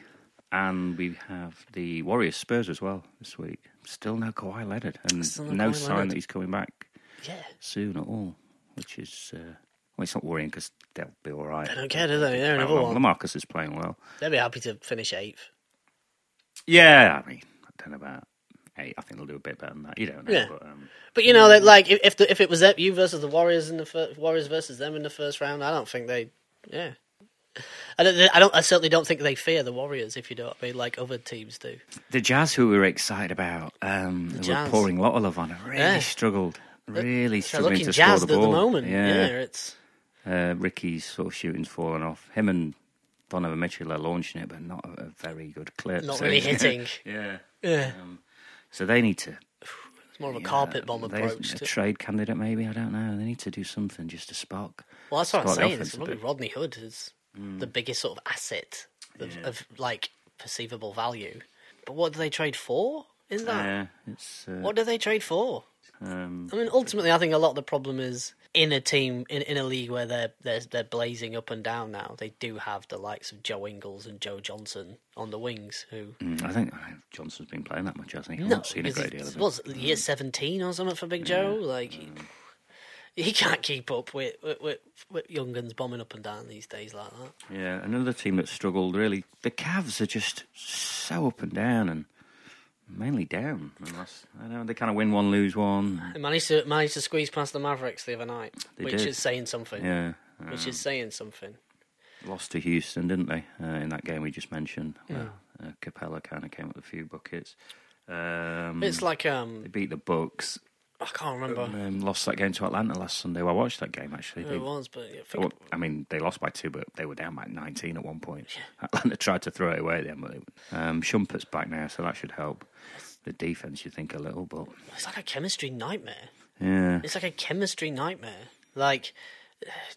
Speaker 1: and we have the Warriors Spurs as well this week. Still no Kawhi Leonard, and
Speaker 2: Still no
Speaker 1: no
Speaker 2: Kawhi
Speaker 1: sign
Speaker 2: Leonard.
Speaker 1: that he's coming back
Speaker 2: Yeah.
Speaker 1: soon at all, which is uh, Well, it's not worrying because they'll be all right.
Speaker 2: They don't care, do they? They're another
Speaker 1: Well,
Speaker 2: one.
Speaker 1: Lamarcus is playing well.
Speaker 2: They'll be happy to finish eighth.
Speaker 1: Yeah, I mean, I don't know about eight. I think they'll do a bit better than that. You don't know.
Speaker 2: Yeah.
Speaker 1: But, um,
Speaker 2: But you know, that like if if, the, if it was you versus the Warriors in the fir- Warriors versus them in the first round, I don't think they, yeah. I don't, I don't. I certainly don't think they fear the Warriors. If you know what I mean, like other teams do.
Speaker 1: the Jazz, who we were excited about, um, who were
Speaker 2: Jazz.
Speaker 1: pouring a lot of love on, really
Speaker 2: Yeah.
Speaker 1: struggled. Really
Speaker 2: They're
Speaker 1: struggling
Speaker 2: looking
Speaker 1: to score
Speaker 2: jazzed
Speaker 1: the
Speaker 2: at
Speaker 1: ball.
Speaker 2: the moment. Yeah, it's
Speaker 1: Uh, Ricky's sort of shooting's fallen off. Him and Donovan Mitchell are launching it, but not at a very good clip.
Speaker 2: not
Speaker 1: so-
Speaker 2: really hitting.
Speaker 1: yeah.
Speaker 2: Yeah,
Speaker 1: So they need to.
Speaker 2: it's more of a
Speaker 1: yeah,
Speaker 2: carpet bomb
Speaker 1: they-
Speaker 2: approach.
Speaker 1: A
Speaker 2: To,
Speaker 1: trade candidate, maybe. I don't know. They need to do something just to spark.
Speaker 2: well, that's what I'm
Speaker 1: Scott
Speaker 2: saying.
Speaker 1: Elford's
Speaker 2: It's
Speaker 1: a
Speaker 2: probably
Speaker 1: bit- Mm.
Speaker 2: Rodney Hood is the biggest sort of asset of, of like perceivable value. But what do they trade for? Is that
Speaker 1: Yeah. It's. Uh,
Speaker 2: what do they trade for?
Speaker 1: Um,
Speaker 2: I mean, ultimately, I think a lot of the problem is in a team in, in a league where they're, they're they're blazing up and down now. They do have the likes of Joe Ingles and Joe Johnson on the wings, who
Speaker 1: mm, I think I think Johnson's been playing that much, hasn't he? Mm, I've not seen a
Speaker 2: because
Speaker 1: great deal of
Speaker 2: it's-
Speaker 1: Mm. it.
Speaker 2: Was it year seventeen or something for Big Joe? Like he-
Speaker 1: Mm.
Speaker 2: he can't keep up with with, with, with younguns bombing up and down these days like that.
Speaker 1: Yeah, another team that struggled really. The Cavs are just so up and down, and mainly down. Unless I don't know they kind of win one, lose one.
Speaker 2: They managed to managed to squeeze past the Mavericks the other night,
Speaker 1: They
Speaker 2: which
Speaker 1: did.
Speaker 2: is saying something.
Speaker 1: Yeah,
Speaker 2: Which is saying something.
Speaker 1: lost to Houston, didn't they? Uh, in that game we just mentioned, where uh, Capella kind of came up with a few buckets. Um,
Speaker 2: It's like
Speaker 1: they
Speaker 2: um,
Speaker 1: beat the Bucks.
Speaker 2: I can't remember
Speaker 1: and then lost that game to Atlanta last Sunday. Well, I watched that game actually.
Speaker 2: who
Speaker 1: They,
Speaker 2: it was, but I think
Speaker 1: well, I mean, they lost by two, but they were down by nineteen at one point. Atlanta tried to throw it away at the end, but they- um, Shumpert's back now, so that should help. The defense, you think a little, but
Speaker 2: it's like a chemistry nightmare.
Speaker 1: yeah.
Speaker 2: It's like a chemistry nightmare. Like,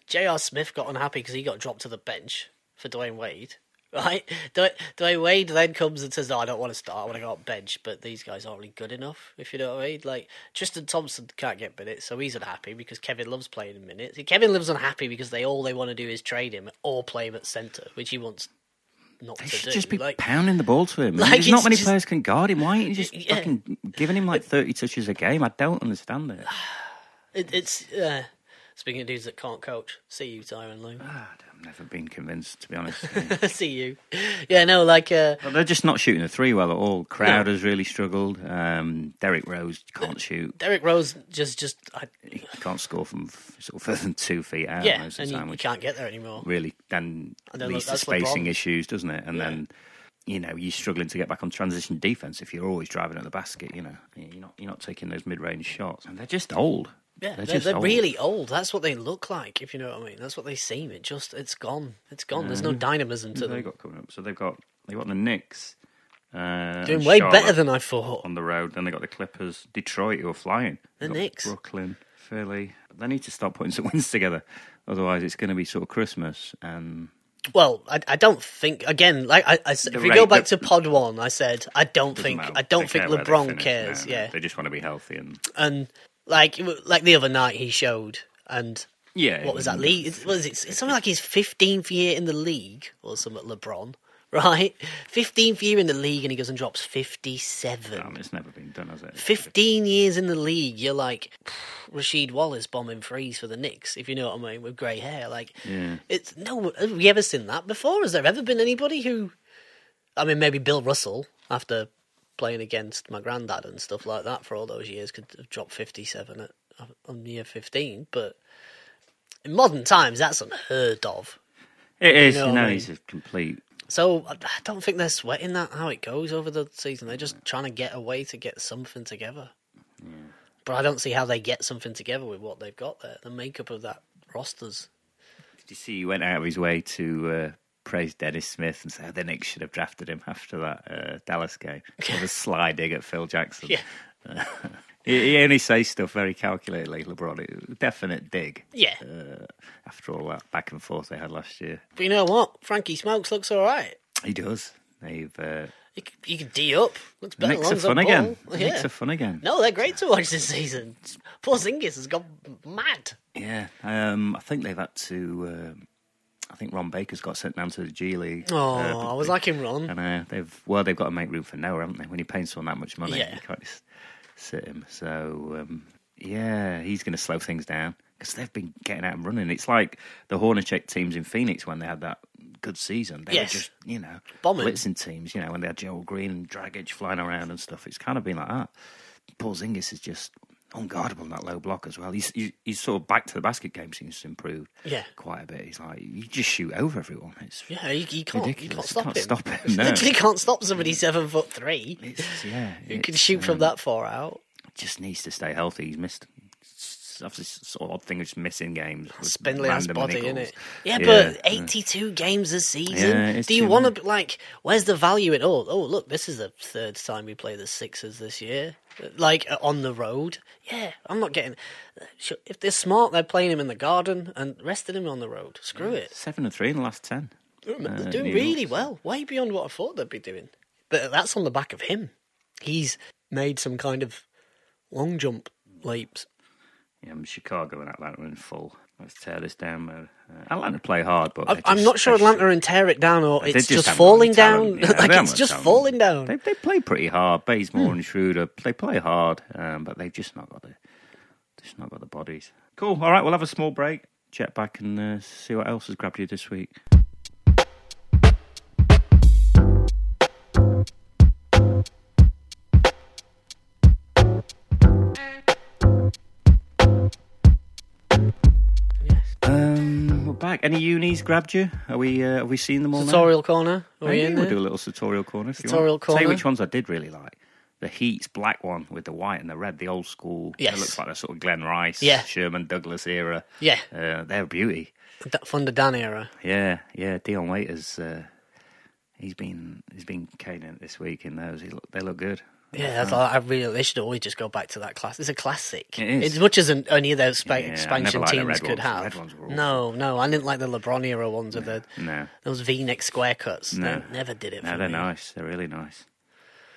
Speaker 2: J.R. Smith got unhappy because he got dropped to the bench for Dwayne Wade, right? Dwayne, Dwayne Wade then comes and says, No, I don't want to start. I want to go up bench, but these guys aren't really good enough, if you know what I mean. Like, Tristan Thompson can't get minutes, so he's unhappy because Kevin Love's playing in minutes. Kevin Love's unhappy because they all they want to do is trade him or play him at centre, which he wants not
Speaker 1: They
Speaker 2: to
Speaker 1: should
Speaker 2: do.
Speaker 1: just be
Speaker 2: like,
Speaker 1: pounding the ball to him.
Speaker 2: Like,
Speaker 1: There's not
Speaker 2: it's
Speaker 1: many
Speaker 2: just-
Speaker 1: players can guard him. Why aren't you just
Speaker 2: Yeah.
Speaker 1: fucking giving him like 30 touches a game? I don't understand it.
Speaker 2: it, it's. Uh, Speaking of dudes that can't coach, see you, Tyron Lue.
Speaker 1: Ah, I've never been convinced, to be honest.
Speaker 2: see you. Yeah, no, like uh,
Speaker 1: But they're just not shooting the three well at all. Crowder's really struggled. Um, Derek Rose can't shoot.
Speaker 2: Derek Rose just just I,
Speaker 1: He can't score from f- sort of further than two feet out
Speaker 2: yeah,
Speaker 1: most of
Speaker 2: and
Speaker 1: the
Speaker 2: you,
Speaker 1: time,
Speaker 2: you
Speaker 1: which
Speaker 2: can't get there anymore.
Speaker 1: really then
Speaker 2: And then
Speaker 1: leads to
Speaker 2: that's
Speaker 1: spacing
Speaker 2: LeBron.
Speaker 1: issues, doesn't it? And
Speaker 2: Yeah.
Speaker 1: then you know you're struggling to get back on transition defense if you're always driving at the basket. You know you're not you're not taking those mid range shots, and they're just old.
Speaker 2: Yeah, they're,
Speaker 1: just
Speaker 2: they're
Speaker 1: old.
Speaker 2: really old. That's what they look like, if you know what I mean. That's what they seem. It just it's gone. It's gone. There's no dynamism to
Speaker 1: Who they
Speaker 2: them.
Speaker 1: got coming up. So they've got they got the Knicks uh,
Speaker 2: Doing
Speaker 1: and
Speaker 2: way
Speaker 1: Charlotte
Speaker 2: better than I thought.
Speaker 1: on the road. Then they got the Clippers, Detroit, who are flying.
Speaker 2: The
Speaker 1: They've got
Speaker 2: Knicks.
Speaker 1: Brooklyn, Philly. They need to start putting some wins together. Otherwise, it's going to be sort of Christmas. And
Speaker 2: Well, I, I don't think again. Like I, I s- if we go
Speaker 1: rate
Speaker 2: back
Speaker 1: that-
Speaker 2: to Pod One, I said I don't think
Speaker 1: Doesn't matter.
Speaker 2: I don't
Speaker 1: They
Speaker 2: think
Speaker 1: care where they
Speaker 2: LeBron
Speaker 1: finish.
Speaker 2: cares.
Speaker 1: No, no.
Speaker 2: yeah,
Speaker 1: they just want to be healthy and
Speaker 2: and like it wa- like the other night he showed and.
Speaker 1: yeah.
Speaker 2: what was that league? It's, what is it? It's something like his fifteenth year in the league or something. LeBron, right? Fifteenth year in the league, and he goes and drops fifty-seven.
Speaker 1: Um, it's never been done, has it?
Speaker 2: Fifteen years in the league, you're like Rashid Wallace bombing threes for the Knicks, if you know what I mean, with grey hair. Like,
Speaker 1: Yeah.
Speaker 2: it's no. Have we ever seen that before? Has there ever been anybody who? I mean, maybe Bill Russell after playing against my granddad and stuff like that for all those years could have dropped fifty-seven at, on year fifteen, but. In modern times, that's unheard of.
Speaker 1: It is.
Speaker 2: You
Speaker 1: You
Speaker 2: know
Speaker 1: know,
Speaker 2: what I mean?
Speaker 1: he's a complete.
Speaker 2: So I I don't think they're sweating that how it goes over the season. They're just trying to get a way to get something together. But I don't see how they get something together with what they've got there. The makeup of that rosters.
Speaker 1: Did you see he went out of his way to uh, praise Dennis Smith and say "Oh, the Knicks should have drafted him after that uh, Dallas game? It was a sly dig at Phil Jackson.
Speaker 2: Yeah.
Speaker 1: He, he only says stuff very calculatedly, LeBron. It was a definite dig.
Speaker 2: Yeah.
Speaker 1: Uh, after all that back and forth they had last year,
Speaker 2: But you know what? Frankie Smokes looks all right.
Speaker 1: he does. They've uh,
Speaker 2: He, c- he can D up. Looks
Speaker 1: the
Speaker 2: better.
Speaker 1: Knicks are
Speaker 2: Lonzo
Speaker 1: fun
Speaker 2: Ball.
Speaker 1: again. The
Speaker 2: Yeah.
Speaker 1: Knicks are fun again.
Speaker 2: No, they're great to watch this season. Porzingis has gone mad.
Speaker 1: Yeah, um, I think they've had to. Uh, I think Ron Baker's got sent down to the G League.
Speaker 2: Oh,
Speaker 1: Uh,
Speaker 2: I was like him, Ron.
Speaker 1: And uh, they've well, they've got to make room for Noah, haven't they? When you're paying someone that much money,
Speaker 2: Yeah.
Speaker 1: you can't just sit him. So um, yeah, he's going to slow things down because they've been getting out and running. It's like the Hornacek teams in Phoenix when they had that good season. They
Speaker 2: Yes.
Speaker 1: were just, you know,
Speaker 2: Bombing.
Speaker 1: blitzing teams, you know, when they had Joel Green and Dragic flying around and stuff. It's kind of been like that. Paul Zingis is just unguardable in that low block as well. He's, he's, he's sort of back to the basket game seems to improve
Speaker 2: Yeah.
Speaker 1: quite a bit. He's like, you just shoot over everyone. It's
Speaker 2: Yeah, you, you can't.
Speaker 1: ridiculous.
Speaker 2: You can't stop him.
Speaker 1: no.
Speaker 2: Literally can't stop somebody seven foot three.
Speaker 1: It's, yeah,
Speaker 2: You can
Speaker 1: it's,
Speaker 2: shoot
Speaker 1: um,
Speaker 2: from that far out.
Speaker 1: Just needs to stay healthy. He's missed. it's Obviously, sort of odd thing of just missing games. with
Speaker 2: Spindly ass
Speaker 1: random
Speaker 2: body,
Speaker 1: niggles.
Speaker 2: innit? Yeah, but
Speaker 1: yeah.
Speaker 2: 82 games a season.
Speaker 1: Yeah, it's
Speaker 2: Do you
Speaker 1: too
Speaker 2: want to, like, where's the value in all? Oh, look, this is the third time we play the Sixers this year. Like, uh, on the road. Yeah, I'm not getting. uh, Sure, If they're smart, they're playing him in the garden and resting him on the road. Screw it.
Speaker 1: Seven and three in the last ten.
Speaker 2: They're
Speaker 1: Mm. Uh,
Speaker 2: doing
Speaker 1: New
Speaker 2: really well, way beyond what I thought they'd be doing. But that's on the back of him. He's made some kind of long jump leaps.
Speaker 1: Yeah, um, Chicago and Atlanta are in full. Let's tear this down. man. Uh, Atlanta play hard, but
Speaker 2: I'm,
Speaker 1: they
Speaker 2: I'm
Speaker 1: just-
Speaker 2: not sure
Speaker 1: they
Speaker 2: Atlanta and tear it down or
Speaker 1: they
Speaker 2: it's
Speaker 1: haven't
Speaker 2: just,
Speaker 1: got
Speaker 2: falling
Speaker 1: any talent.
Speaker 2: down.
Speaker 1: Yeah, they
Speaker 2: like
Speaker 1: haven't
Speaker 2: it's
Speaker 1: got
Speaker 2: just
Speaker 1: talent.
Speaker 2: falling down. Hmm.
Speaker 1: They, they play pretty hard. Baysmore and Schroeder they play hard, um, but they've just not got the just not got the bodies. Cool. All right, we'll have a small break. Check back and uh, see what else has grabbed you this week.
Speaker 2: Yes.
Speaker 1: Um, we're back. Any unis grabbed you? Are we? Uh, have we seen them all? now?
Speaker 2: Tutorial corner. Are we
Speaker 1: Maybe
Speaker 2: in
Speaker 1: we'll
Speaker 2: there?
Speaker 1: do a little tutorial corner. If you
Speaker 2: Oh, Tutorial
Speaker 1: want. Tell you
Speaker 2: corner.
Speaker 1: which ones I did really like. The Heat's black one with the white and the red, the old school.
Speaker 2: Yes.
Speaker 1: It looks like a sort of Glen Rice,
Speaker 2: Yeah.
Speaker 1: Sherman Douglas era.
Speaker 2: Yeah,
Speaker 1: Uh, they're a beauty.
Speaker 2: that Thunder Dan era.
Speaker 1: Yeah, yeah. Dion Waiters, uh, he's been he's been caning it this week in those. He look, they look good.
Speaker 2: Yeah, that's like, I really. They should always just go back to that class. It's a classic.
Speaker 1: It is.
Speaker 2: As much as an, any of those spa-
Speaker 1: Yeah, I never
Speaker 2: expansion
Speaker 1: liked the
Speaker 2: teams
Speaker 1: red
Speaker 2: could
Speaker 1: ones. The
Speaker 2: have.
Speaker 1: red ones were awful.
Speaker 2: no, no, I didn't like the LeBron era ones with the
Speaker 1: No,
Speaker 2: those V-neck square cuts.
Speaker 1: No.
Speaker 2: They never did it.
Speaker 1: no,
Speaker 2: for
Speaker 1: they're
Speaker 2: me.
Speaker 1: nice. They're really nice.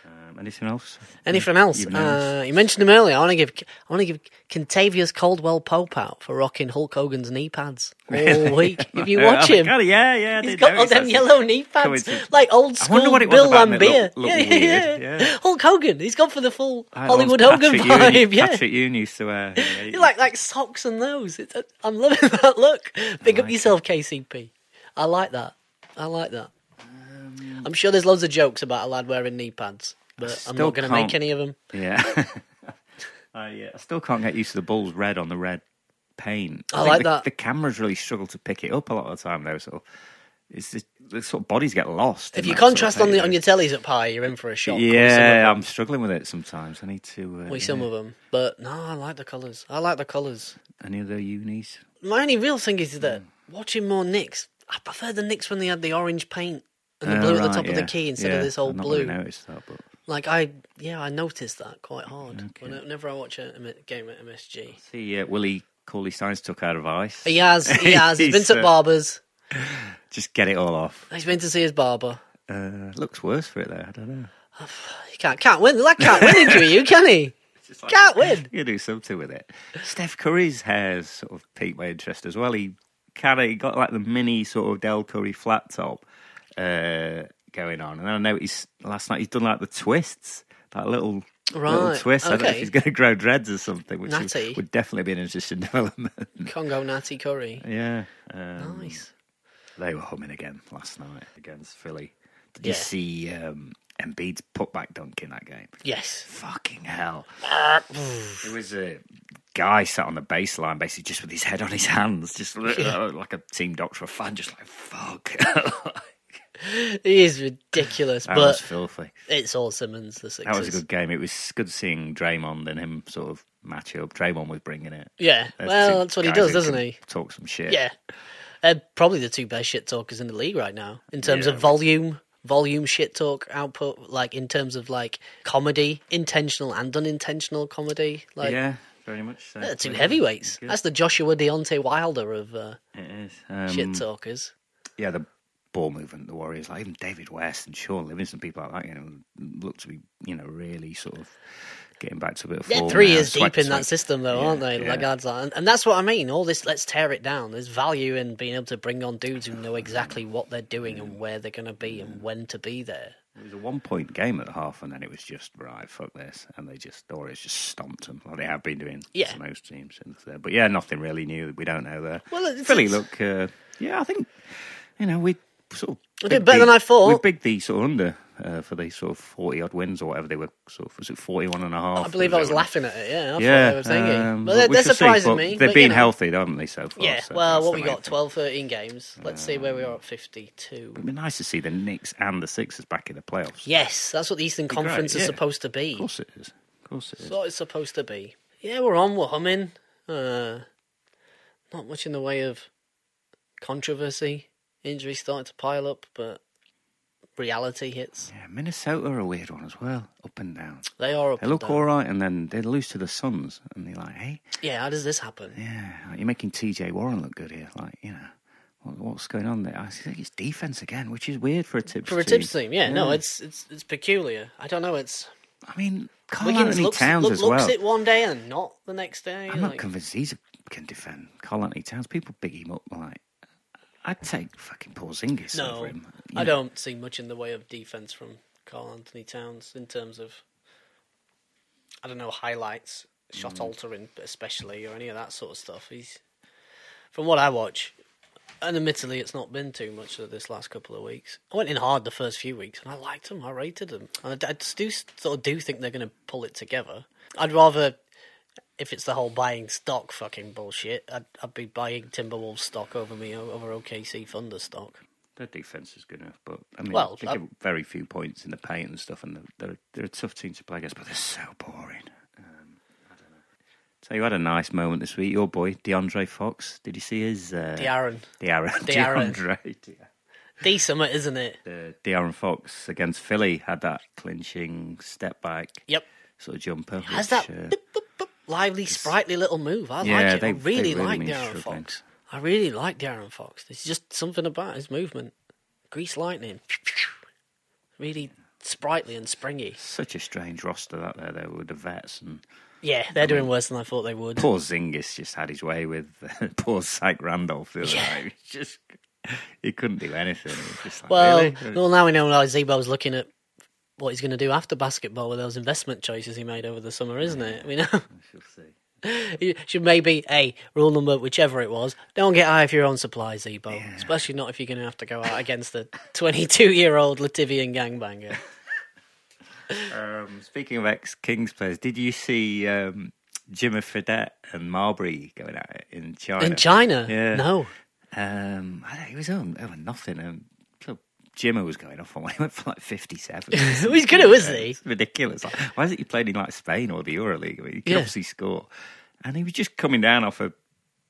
Speaker 1: Um, anything else?
Speaker 2: Anything else?
Speaker 1: You've
Speaker 2: Uh, you mentioned him earlier. I want to give I want to give Contavious Caldwell Pope out for rocking Hulk Hogan's knee pads all week. If you
Speaker 1: Yeah,
Speaker 2: watch
Speaker 1: oh my
Speaker 2: him,
Speaker 1: God, yeah, yeah. I
Speaker 2: He's
Speaker 1: did
Speaker 2: got all
Speaker 1: notice
Speaker 2: them
Speaker 1: that.
Speaker 2: yellow knee pads,
Speaker 1: coincidence.
Speaker 2: like old
Speaker 1: I
Speaker 2: school
Speaker 1: wonder what it was
Speaker 2: Bill
Speaker 1: about him that
Speaker 2: Lambier.
Speaker 1: looked- looked
Speaker 2: yeah, yeah,
Speaker 1: weird,
Speaker 2: yeah.
Speaker 1: yeah.
Speaker 2: Hulk Hogan. He's gone for the full
Speaker 1: I had
Speaker 2: Hollywood
Speaker 1: ones
Speaker 2: Hogan
Speaker 1: Patrick
Speaker 2: vibe.
Speaker 1: Ewing-
Speaker 2: yeah,
Speaker 1: Patrick Ewing used to wear. Yeah,
Speaker 2: you like like socks and those. It's, uh, I'm loving that look. Big up yourself, KCP. I like that. I like that.
Speaker 1: Um,
Speaker 2: I'm sure there's loads of jokes about a lad wearing knee pads, but I'm
Speaker 1: still
Speaker 2: not going to make
Speaker 1: can't-
Speaker 2: any of them.
Speaker 1: Yeah. I, uh, I still can't get used to the Bulls red on the red paint.
Speaker 2: I
Speaker 1: think
Speaker 2: like
Speaker 1: the,
Speaker 2: that.
Speaker 1: The cameras really struggle to pick it up a lot of the time, though. So it's just, the sort of bodies get lost. in
Speaker 2: If you
Speaker 1: that sort of
Speaker 2: contrast on the
Speaker 1: paint.
Speaker 2: on your tellies up high, you're in for a shock. with some of them.
Speaker 1: yeah, I'm struggling with it sometimes. I need to. Uh,
Speaker 2: with some of them. But no, I like the colours. I like the colours.
Speaker 1: Any other unis?
Speaker 2: My only real thing is that
Speaker 1: Hmm.
Speaker 2: watching more Knicks, I prefer the Knicks when they had the orange paint and the
Speaker 1: Oh,
Speaker 2: blue at
Speaker 1: right,
Speaker 2: the top of the
Speaker 1: yeah.
Speaker 2: key instead
Speaker 1: Yeah,
Speaker 2: of this old
Speaker 1: I've not really
Speaker 2: blue.
Speaker 1: noticed that, but
Speaker 2: like I, yeah, I noticed that quite hard when- whenever I watch a M- game at MSG.
Speaker 1: see, uh, Willie Cauley Steins took our advice.
Speaker 2: He has, he has. He's been
Speaker 1: He's,
Speaker 2: to
Speaker 1: uh,
Speaker 2: barbers.
Speaker 1: Just get it all off.
Speaker 2: He's been to see his barber.
Speaker 1: Uh, looks worse for it though. I don't know.
Speaker 2: He can't, can't win. That can't win into you, can he?
Speaker 1: It's like-
Speaker 2: Can't win.
Speaker 1: You do something with it. Steph Curry's hair's sort of piqued my interest as well. He kind of got like the mini sort of Del Curry flat top uh, going on, and then I noticed last night he's done like the twists, that little. Little
Speaker 2: Right,
Speaker 1: twist. I don't know if
Speaker 2: okay.
Speaker 1: he's going to grow dreads or something, which would,
Speaker 2: Natty.
Speaker 1: would definitely be an interesting development.
Speaker 2: Congo Natty Curry.
Speaker 1: yeah, um,
Speaker 2: Nice.
Speaker 1: they were humming again last night against Philly. Did you
Speaker 2: Yeah.
Speaker 1: see um, Embiid's putback dunk in that game?
Speaker 2: Yes.
Speaker 1: Fucking hell. It was a guy sat on the baseline, basically just with his head on his hands, just li- uh, like a team doctor, a fan, just like, fuck. that
Speaker 2: It is ridiculous,
Speaker 1: was
Speaker 2: but
Speaker 1: filthy.
Speaker 2: it's all Simmons, the Sixers.
Speaker 1: That was a good game. It was good seeing Draymond and him sort of match up. Draymond was bringing it.
Speaker 2: Yeah.
Speaker 1: Those two
Speaker 2: well, that's what he
Speaker 1: guys
Speaker 2: does,
Speaker 1: who
Speaker 2: doesn't
Speaker 1: can
Speaker 2: he?
Speaker 1: Talk some shit.
Speaker 2: Yeah. Uh, probably the two best shit talkers in the league right now in terms
Speaker 1: Yeah.
Speaker 2: of volume, volume shit talk output, like in terms of like comedy, intentional and unintentional comedy. Like
Speaker 1: yeah, very much. So.
Speaker 2: they're two heavyweights. That's the Joshua Deontay Wilder of uh,
Speaker 1: It is. Um,
Speaker 2: shit talkers.
Speaker 1: yeah, the ball movement, the Warriors, like even David West and Sean Livingston, people like that, you know, look to be, you know, really sort of getting back to a bit of form.
Speaker 2: They're three
Speaker 1: now.
Speaker 2: years
Speaker 1: Swag-
Speaker 2: deep in that
Speaker 1: swag-
Speaker 2: system, though, aren't
Speaker 1: Yeah,
Speaker 2: they?
Speaker 1: yeah.
Speaker 2: Lagarde's like- and, and that's what I mean. All this, let's tear it down. There's value in being able to bring on dudes who know exactly what they're doing and where they're going to be and when to be there.
Speaker 1: It was a one point game at the half, and then it was just right, fuck this, and they just or it's just stomped them like they have been doing
Speaker 2: Yeah.
Speaker 1: to most teams since there. But yeah, nothing really new. We don't know there.
Speaker 2: Well, it's-
Speaker 1: Philly look,
Speaker 2: it's-
Speaker 1: uh, yeah, I think you know we sort of
Speaker 2: We
Speaker 1: bigged
Speaker 2: did better than
Speaker 1: the-
Speaker 2: I thought.
Speaker 1: We bigged the sort of under. Uh, for these sort of 40 odd wins or whatever they were sort of was it 41 and a half
Speaker 2: I believe I
Speaker 1: they
Speaker 2: was
Speaker 1: were-
Speaker 2: laughing at it. Yeah, I
Speaker 1: yeah
Speaker 2: thought they were thinking.
Speaker 1: um,
Speaker 2: but they're,
Speaker 1: we
Speaker 2: they're
Speaker 1: shall see,
Speaker 2: surprising
Speaker 1: but
Speaker 2: me.
Speaker 1: they've
Speaker 2: but,
Speaker 1: been
Speaker 2: you know.
Speaker 1: healthy haven't they so far
Speaker 2: Yeah.
Speaker 1: so
Speaker 2: well,
Speaker 1: that's
Speaker 2: what
Speaker 1: the
Speaker 2: we
Speaker 1: main
Speaker 2: got?
Speaker 1: thing.
Speaker 2: 12, 13 games. Let's see where we are at fifty-two.
Speaker 1: It'd be nice to see the Knicks and the Sixers back in the playoffs.
Speaker 2: Yes, that's what the Eastern
Speaker 1: great,
Speaker 2: Conference is
Speaker 1: yeah.
Speaker 2: supposed to be.
Speaker 1: Of course it is. Of course it is.
Speaker 2: That's what it's supposed to be. Yeah, we're on. We're humming. Uh, not much in the way of controversy. Injuries starting to pile up, but reality hits.
Speaker 1: yeah, Minnesota are a weird one as well. Up and down.
Speaker 2: They are up.
Speaker 1: They
Speaker 2: and
Speaker 1: look
Speaker 2: down.
Speaker 1: all right, and then they lose to the Suns, and they're like, "Hey,
Speaker 2: Yeah, how does this happen?
Speaker 1: yeah, you're making T.J. Warren look good here." Like, you know, what, what's going on there? I think it's defense again, which is weird for a tips
Speaker 2: For a
Speaker 1: team.
Speaker 2: tips team, yeah, no, it's it's it's peculiar. I don't know. It's
Speaker 1: I mean, Carl
Speaker 2: Wiggins
Speaker 1: Anthony
Speaker 2: looks,
Speaker 1: Towns
Speaker 2: look-
Speaker 1: as
Speaker 2: looks
Speaker 1: well.
Speaker 2: it one day and not the next day.
Speaker 1: I'm not
Speaker 2: like-
Speaker 1: convinced he's a, can defend Carl Anthony Towns. People big him up like. I'd take fucking Porzingis
Speaker 2: no,
Speaker 1: over him. You know,
Speaker 2: I don't see much in the way of defense from Carl Anthony Towns in terms of, I don't know, highlights, shot
Speaker 1: Mm.
Speaker 2: altering, especially, or any of that sort of stuff. He's, from what I watch, and admittedly, it's not been too much of this last couple of weeks. I went in hard the first few weeks, and I liked them. I rated them, and I, I just do sort of do think they're going to pull it together. I'd rather. If it's the whole buying stock fucking bullshit, I'd, I'd be buying Timberwolves stock over me over OKC Thunder stock.
Speaker 1: Their defense is good enough, but I mean,
Speaker 2: Well,
Speaker 1: they
Speaker 2: uh,
Speaker 1: give up very few points in the paint and stuff, and they're they're, they're a tough team to play against, but they're so boring. Um, I don't know. Tell you, I had a nice moment this week. Your boy DeAndre Fox. Did you see his uh,
Speaker 2: De'Aaron.
Speaker 1: De'Aaron
Speaker 2: De'Aaron.
Speaker 1: DeAndre De-
Speaker 2: D summer, isn't it?
Speaker 1: uh, De'Aaron Fox against Philly had that clinching step back
Speaker 2: Yep.
Speaker 1: sort of jumper.
Speaker 2: Has
Speaker 1: which,
Speaker 2: that
Speaker 1: uh,
Speaker 2: boop, boop, boop, lively, sprightly little move. I
Speaker 1: yeah,
Speaker 2: like it. I
Speaker 1: they- they
Speaker 2: really,
Speaker 1: really
Speaker 2: like
Speaker 1: been
Speaker 2: Darren
Speaker 1: struggling.
Speaker 2: Fox. I really like Darren Fox. There's just something about his movement. Grease lightning. Really sprightly and springy.
Speaker 1: such a strange roster that there there with the vets and
Speaker 2: Yeah, they're doing worse than I thought they would.
Speaker 1: poor Zingis just had his way with poor Syke Randolph the other
Speaker 2: Yeah.
Speaker 1: night. He was just he couldn't do anything. He was just like,
Speaker 2: Well,
Speaker 1: really?
Speaker 2: well, now we know why Zebo's looking at what he's going to do after basketball with those investment choices he made over the summer, isn't it? We know.
Speaker 1: She'll see.
Speaker 2: You should maybe a rule number whichever it was. Don't get high if your own supply, Zebo. Especially not if you're going to have to go out against the 22 year old Latvian gangbanger.
Speaker 1: Um, speaking of ex Kings players, did you see um, Jimmy Fredette and Marbury going at it in China?
Speaker 2: In China,
Speaker 1: Yeah.
Speaker 2: no,
Speaker 1: Um, I don't, it was on over nothing. Um, so Jimmy was going off on one. He went for like 57. He's
Speaker 2: He's good, isn't he?
Speaker 1: It's ridiculous. Like, why is it you played in like Spain or the Euroleague? I mean, you can
Speaker 2: Yeah.
Speaker 1: obviously score. And he was just coming down off a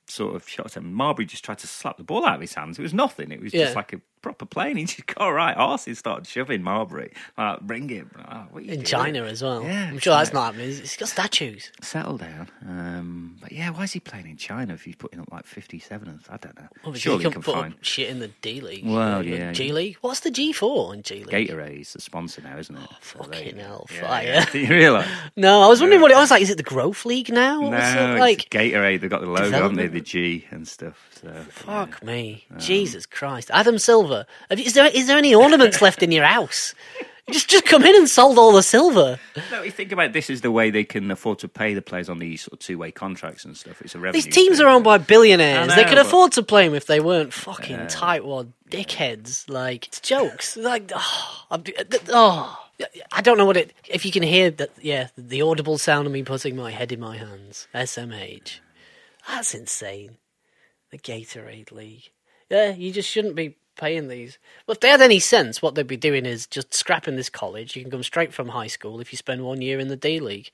Speaker 1: sort of shot. And Marbury just tried to slap the ball out of his hands. It was nothing. It was
Speaker 2: Yeah.
Speaker 1: just like a proper play. And he just got right arse and started shoving Marbury. Like, bring it. Like, "Oh, what are you
Speaker 2: in
Speaker 1: doing?
Speaker 2: China as well.
Speaker 1: Yeah,
Speaker 2: I'm sure that's
Speaker 1: China.
Speaker 2: not happening. He's he's got statues.
Speaker 1: Settle down. Um, but yeah, why is he playing in China if he's putting up like 57? And I don't know.
Speaker 2: Obviously,
Speaker 1: Surely
Speaker 2: you
Speaker 1: you
Speaker 2: can
Speaker 1: can
Speaker 2: put
Speaker 1: find.
Speaker 2: up shit in the D League.
Speaker 1: Well,
Speaker 2: surely.
Speaker 1: yeah,
Speaker 2: G
Speaker 1: yeah.
Speaker 2: League. What's the G for in G League?
Speaker 1: Gatorade's the sponsor now, isn't it? So there you
Speaker 2: Oh, Fucking
Speaker 1: go.
Speaker 2: hell,
Speaker 1: Yeah,
Speaker 2: fire.
Speaker 1: yeah. Did you realise?
Speaker 2: No, I was wondering what it was like. Is it the Growth League now? What
Speaker 1: no,
Speaker 2: was it
Speaker 1: it's
Speaker 2: like?
Speaker 1: Gatorade. They've got the logo, haven't they?
Speaker 2: Development.
Speaker 1: The G and stuff. So yeah.
Speaker 2: Fuck me, Jesus Christ, Adam Silver. Have you, is there is there any ornaments left in your house? You Just just come in and sold all the silver.
Speaker 1: No, you think about it, this is the way they can afford to pay the players on these sort of two way contracts and stuff. It's a revenue.
Speaker 2: These teams
Speaker 1: thing.
Speaker 2: are owned by billionaires.
Speaker 1: I know,
Speaker 2: they could
Speaker 1: but-
Speaker 2: afford to play them if they weren't fucking tightwad dickheads. Like it's jokes. Like oh, I'm, oh, I don't know what it. If you can hear that, yeah, the audible sound of me putting my head in my hands. SMH. That's insane. The Gatorade League. Yeah, you just shouldn't be paying these. Well, if they had any sense, what they'd be doing is just scrapping this college. You can come straight from high school if you spend one year in the D League,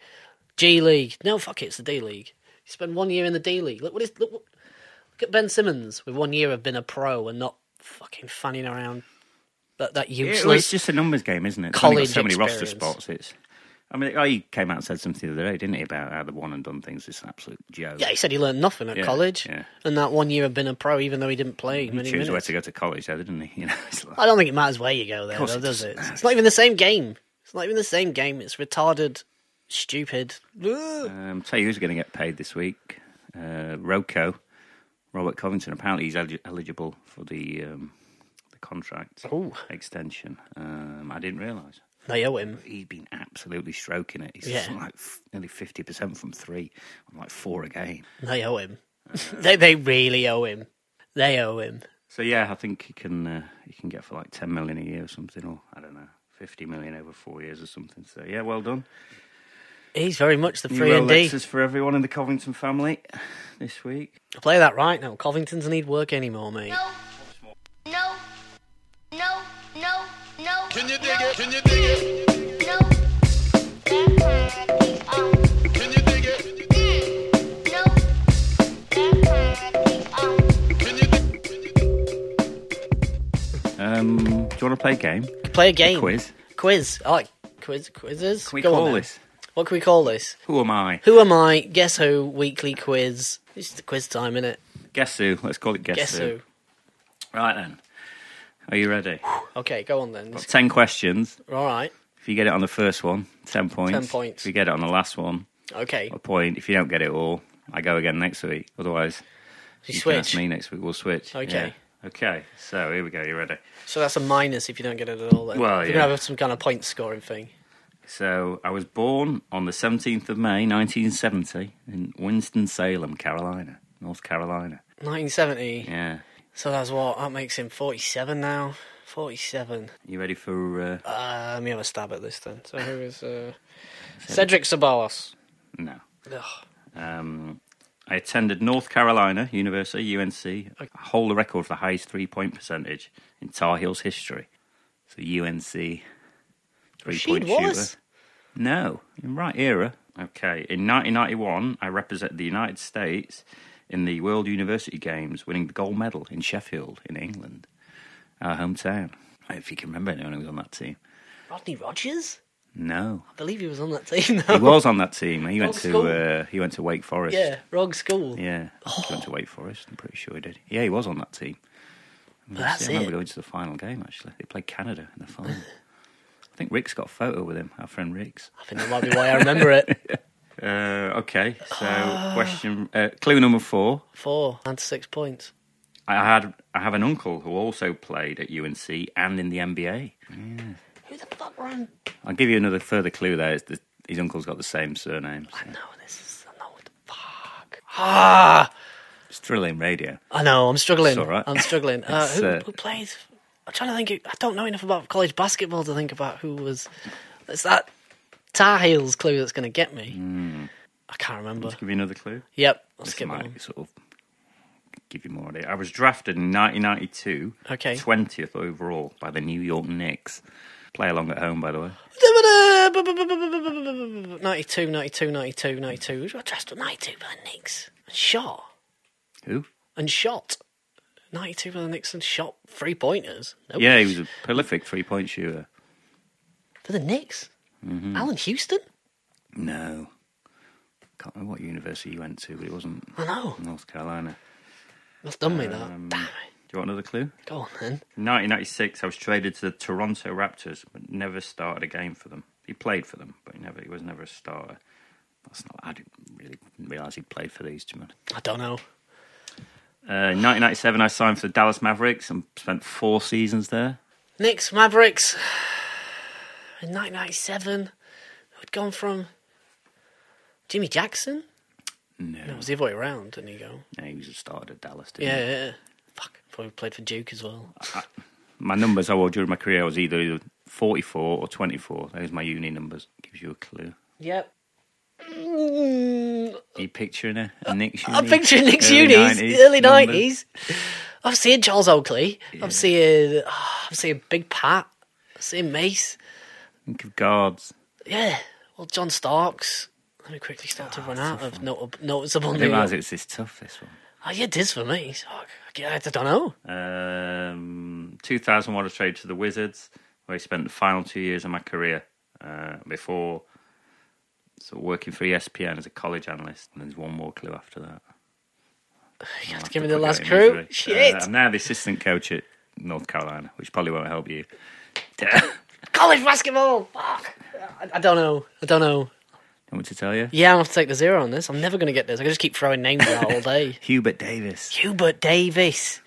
Speaker 2: G League. No, fuck it, it's the D League. You spend one year in the D League. Look what is look. what- Look at Ben Simmons with one year of being a pro and not fucking fanning around that that
Speaker 1: Yeah,
Speaker 2: useless.
Speaker 1: well, it's just a numbers game, isn't it? It's only got
Speaker 2: College
Speaker 1: so many roster
Speaker 2: experience.
Speaker 1: spots. It's. I mean, I came out and said something the other day, didn't he, about how the one and done things is an absolute joke.
Speaker 2: yeah, he said he learned nothing at
Speaker 1: Yeah,
Speaker 2: college,
Speaker 1: yeah.
Speaker 2: and that one year of being a pro, even though he didn't play many
Speaker 1: Choose
Speaker 2: minutes.
Speaker 1: where to go to college, though, didn't he? You know, it's like,
Speaker 2: I don't think it matters where you go there,
Speaker 1: course
Speaker 2: though,
Speaker 1: it
Speaker 2: does it?
Speaker 1: doesn't.
Speaker 2: It's not even the same game. It's not even the same game. It's retarded, stupid. Ugh.
Speaker 1: Um, tell you who's going to get paid this week. Uh, Rocco, Robert Covington. Apparently, he's elig- eligible for the um, the contract
Speaker 2: Oh,
Speaker 1: extension. Um, I didn't realise.
Speaker 2: no, you owe him.
Speaker 1: He's been absolutely stroking it. He's
Speaker 2: Yeah.
Speaker 1: something like f- nearly 50% from three. I'm like four a game.
Speaker 2: They owe him. they they really owe him. They owe him.
Speaker 1: So yeah, I think he can uh, he can get for like ten million a year or something, or I don't know, fifty million over four years or something. So yeah, well done.
Speaker 2: He's very much the
Speaker 1: New
Speaker 2: three and D.
Speaker 1: Rolexes for everyone in the Covington family this week.
Speaker 2: Play that right now. Covington's need work anymore, mate.
Speaker 3: No. No. No. No. No.
Speaker 4: Can you dig it? Can you dig it?
Speaker 3: No. That kind of thing. Um.
Speaker 4: Can you dig it?
Speaker 3: mm, No. That kind of thing. Um.
Speaker 4: Can you dig it?
Speaker 1: Um, do you want to play a game?
Speaker 2: Play a game.
Speaker 1: Quiz?
Speaker 2: Quiz. I like quiz quizzes.
Speaker 1: Can we
Speaker 2: Go on
Speaker 1: call
Speaker 2: then.
Speaker 1: this?
Speaker 2: What can we call this?
Speaker 1: Who am I?
Speaker 2: Who am I? Guess who? Weekly quiz. It's the quiz time, innit?
Speaker 1: Guess who? Let's call it Guess,
Speaker 2: Guess
Speaker 1: who.
Speaker 2: who?
Speaker 1: Right then. Are you ready?
Speaker 2: Okay, go on then.
Speaker 1: Got ten questions.
Speaker 2: All right.
Speaker 1: If you get it on the first one, ten points.
Speaker 2: 10 points.
Speaker 1: If you get it on the last one,
Speaker 2: Okay.
Speaker 1: a point. If you don't get it all, I go again next week. Otherwise,
Speaker 2: You
Speaker 1: you can ask
Speaker 2: switch.
Speaker 1: me next week. We'll switch.
Speaker 2: Okay.
Speaker 1: Yeah. Okay. So here we go. You ready?
Speaker 2: So that's a minus if you don't get it at all. Then.
Speaker 1: Well,
Speaker 2: You're
Speaker 1: yeah.
Speaker 2: gonna have some kind of point scoring thing.
Speaker 1: So I was born on the 17th of May 1970 in Winston-Salem, Carolina, North Carolina.
Speaker 2: 1970.
Speaker 1: Yeah.
Speaker 2: So that's what that makes him 47 now. 47.
Speaker 1: You ready for? Uh,
Speaker 2: Uh, let me have a stab at this then. So who is uh, Cedric Sabalas?
Speaker 1: no.
Speaker 2: Ugh.
Speaker 1: Um, I attended North Carolina University, UNC. I hold the record for the highest three-point percentage in Tar Heels history. So UNC three-point
Speaker 2: Rashid Wallace?
Speaker 1: shooter. No, in right era. Okay, in 1991, I represented the United States in the World University Games, winning the gold medal in Sheffield, in England, our hometown. I don't know If you can remember anyone who was on that team.
Speaker 2: Rodney Rogers?
Speaker 1: No,
Speaker 2: I believe he was on that team.
Speaker 1: he
Speaker 2: Though.
Speaker 1: was on that team. He went
Speaker 2: Old
Speaker 1: to
Speaker 2: school.
Speaker 1: uh, he went to Wake Forest.
Speaker 2: Yeah, wrong school.
Speaker 1: Yeah, I
Speaker 2: Oh.
Speaker 1: think he went to Wake Forest. I'm pretty sure he did. Yeah, he was on that team. I remember-
Speaker 2: That's
Speaker 1: I remember
Speaker 2: it.
Speaker 1: going to the final game actually. They played Canada in the final. I think Rick's got a photo with him. Our friend Rick's.
Speaker 2: I think that might be why I remember it.
Speaker 1: Uh, okay, so
Speaker 2: Ah.
Speaker 1: question uh, clue number four.
Speaker 2: Four and six points.
Speaker 1: I had I have an uncle who also played at UNC and in the NBA.
Speaker 2: Who the fuck ran?
Speaker 1: I'll give you another further clue. There, it's the, his uncle's got the same surname. so
Speaker 2: No, this is I know what the fuck. Ah,
Speaker 1: It's thrilling radio.
Speaker 2: I know. I'm struggling.
Speaker 1: It's all right.
Speaker 2: I'm struggling. Uh,
Speaker 1: It's,
Speaker 2: who,
Speaker 1: uh,
Speaker 2: who plays? I'm trying to think. Who, I don't know enough about college basketball to think about who was. It's that Tar Heels clue that's going to get me. I can't remember.
Speaker 1: Give you another clue.
Speaker 2: Yep, I'll
Speaker 1: This
Speaker 2: skip
Speaker 1: Hmm. might
Speaker 2: one.
Speaker 1: sort of give you more idea. I was drafted in 1992,
Speaker 2: Okay.
Speaker 1: 20th overall by the New York Knicks. Play along at home, by the way.
Speaker 2: 92, 92, 92, 92. I dressed up 92 by the Knicks. And shot.
Speaker 1: Who?
Speaker 2: And shot. 92 by the Knicks and shot three pointers. Nope.
Speaker 1: Yeah, he was a prolific three-point shooter.
Speaker 2: For the Knicks?
Speaker 1: Mm-hmm.
Speaker 2: Alan Houston?
Speaker 1: No, can't remember what university you went to, but it wasn't
Speaker 2: I know.
Speaker 1: North Carolina.
Speaker 2: That's done me that.
Speaker 1: Um,
Speaker 2: Damn
Speaker 1: Do
Speaker 2: it.
Speaker 1: you want another clue?
Speaker 2: Go on then.
Speaker 1: In 1996, I was traded to the Toronto Raptors, but never started a game for them. He played for them, but he never he was never a starter. That's not. I didn't really realize he played for these. To be honest.
Speaker 2: I don't know.
Speaker 1: Uh, 1997, I signed for the Dallas Mavericks and spent four seasons there.
Speaker 2: Knicks, Mavericks. In 1997, who'd gone from Jimmy Jackson?
Speaker 1: No,
Speaker 2: It was the other way around, didn't he go?
Speaker 1: no he was a starter at Dallas. Didn't
Speaker 2: Yeah,
Speaker 1: he?
Speaker 2: yeah, yeah. Fuck. Probably played for Duke as well.
Speaker 1: My numbers I wore during my career I was either 44 or 24. Those are my uni numbers. Gives you a clue.
Speaker 2: Yep. Mm,
Speaker 1: Are you picturing a, a Nick's uni?
Speaker 2: I'm picturing Nick's
Speaker 1: Early
Speaker 2: unis,
Speaker 1: 90s
Speaker 2: early
Speaker 1: numbers.
Speaker 2: nineties. I'm seeing Charles Oakley. I'm seeing, ah, I'm seeing Big Pat. I'm seeing Mace.
Speaker 1: Think of guards.
Speaker 2: Yeah. Well, John Starks. Let me quickly start to
Speaker 1: Ah,
Speaker 2: run out of not- noticeable
Speaker 1: I
Speaker 2: new.
Speaker 1: didn't realise it was this tough, this one.
Speaker 2: Oh, yeah, it is for me. So, I, I don't know.
Speaker 1: Um, 2001, I traded to the Wizards, where I spent the final two years of my career uh, before sort of working for E ESPN as a college analyst. And there's one more clue after that.
Speaker 2: You have to
Speaker 1: I'll
Speaker 2: give me
Speaker 1: have
Speaker 2: the
Speaker 1: put
Speaker 2: last
Speaker 1: you out in
Speaker 2: crew.
Speaker 1: misery.
Speaker 2: Shit.
Speaker 1: Uh, I'm now the assistant coach at North Carolina, which probably won't help you.
Speaker 2: College basketball. Fuck. I, I don't know. I don't know.
Speaker 1: Want me to tell you?
Speaker 2: Yeah, I'm going to have to take the zero on this. I'm never going to get this. I can just keep throwing names out all day.
Speaker 1: Hubert Davis.
Speaker 2: Hubert Davis.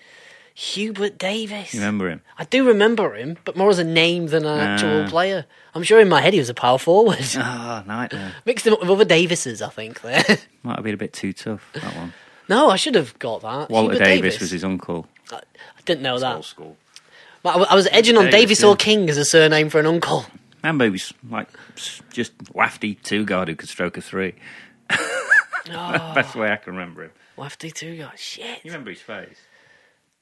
Speaker 2: Hubert Davis.
Speaker 1: You remember him?
Speaker 2: I do remember him, but more as a name than an actual
Speaker 1: Ah.
Speaker 2: player. I'm sure in my head he was a power forward.
Speaker 1: Ah, nightmare.
Speaker 2: Mixed him up with other Davises, I think. There.
Speaker 1: Might have been a bit too tough that one.
Speaker 2: no, I should have got that.
Speaker 1: Walter
Speaker 2: Hubert
Speaker 1: Davis, was his uncle.
Speaker 2: I, I didn't know that.
Speaker 1: Old school.
Speaker 2: But I, I was edging on
Speaker 1: Davis,
Speaker 2: Davis or
Speaker 1: yeah.
Speaker 2: King as a surname for an uncle.
Speaker 1: And he was like s- just wafty two guard who could stroke a three. Best way I can remember him.
Speaker 2: Wafty two guys. Shit.
Speaker 1: You remember his face?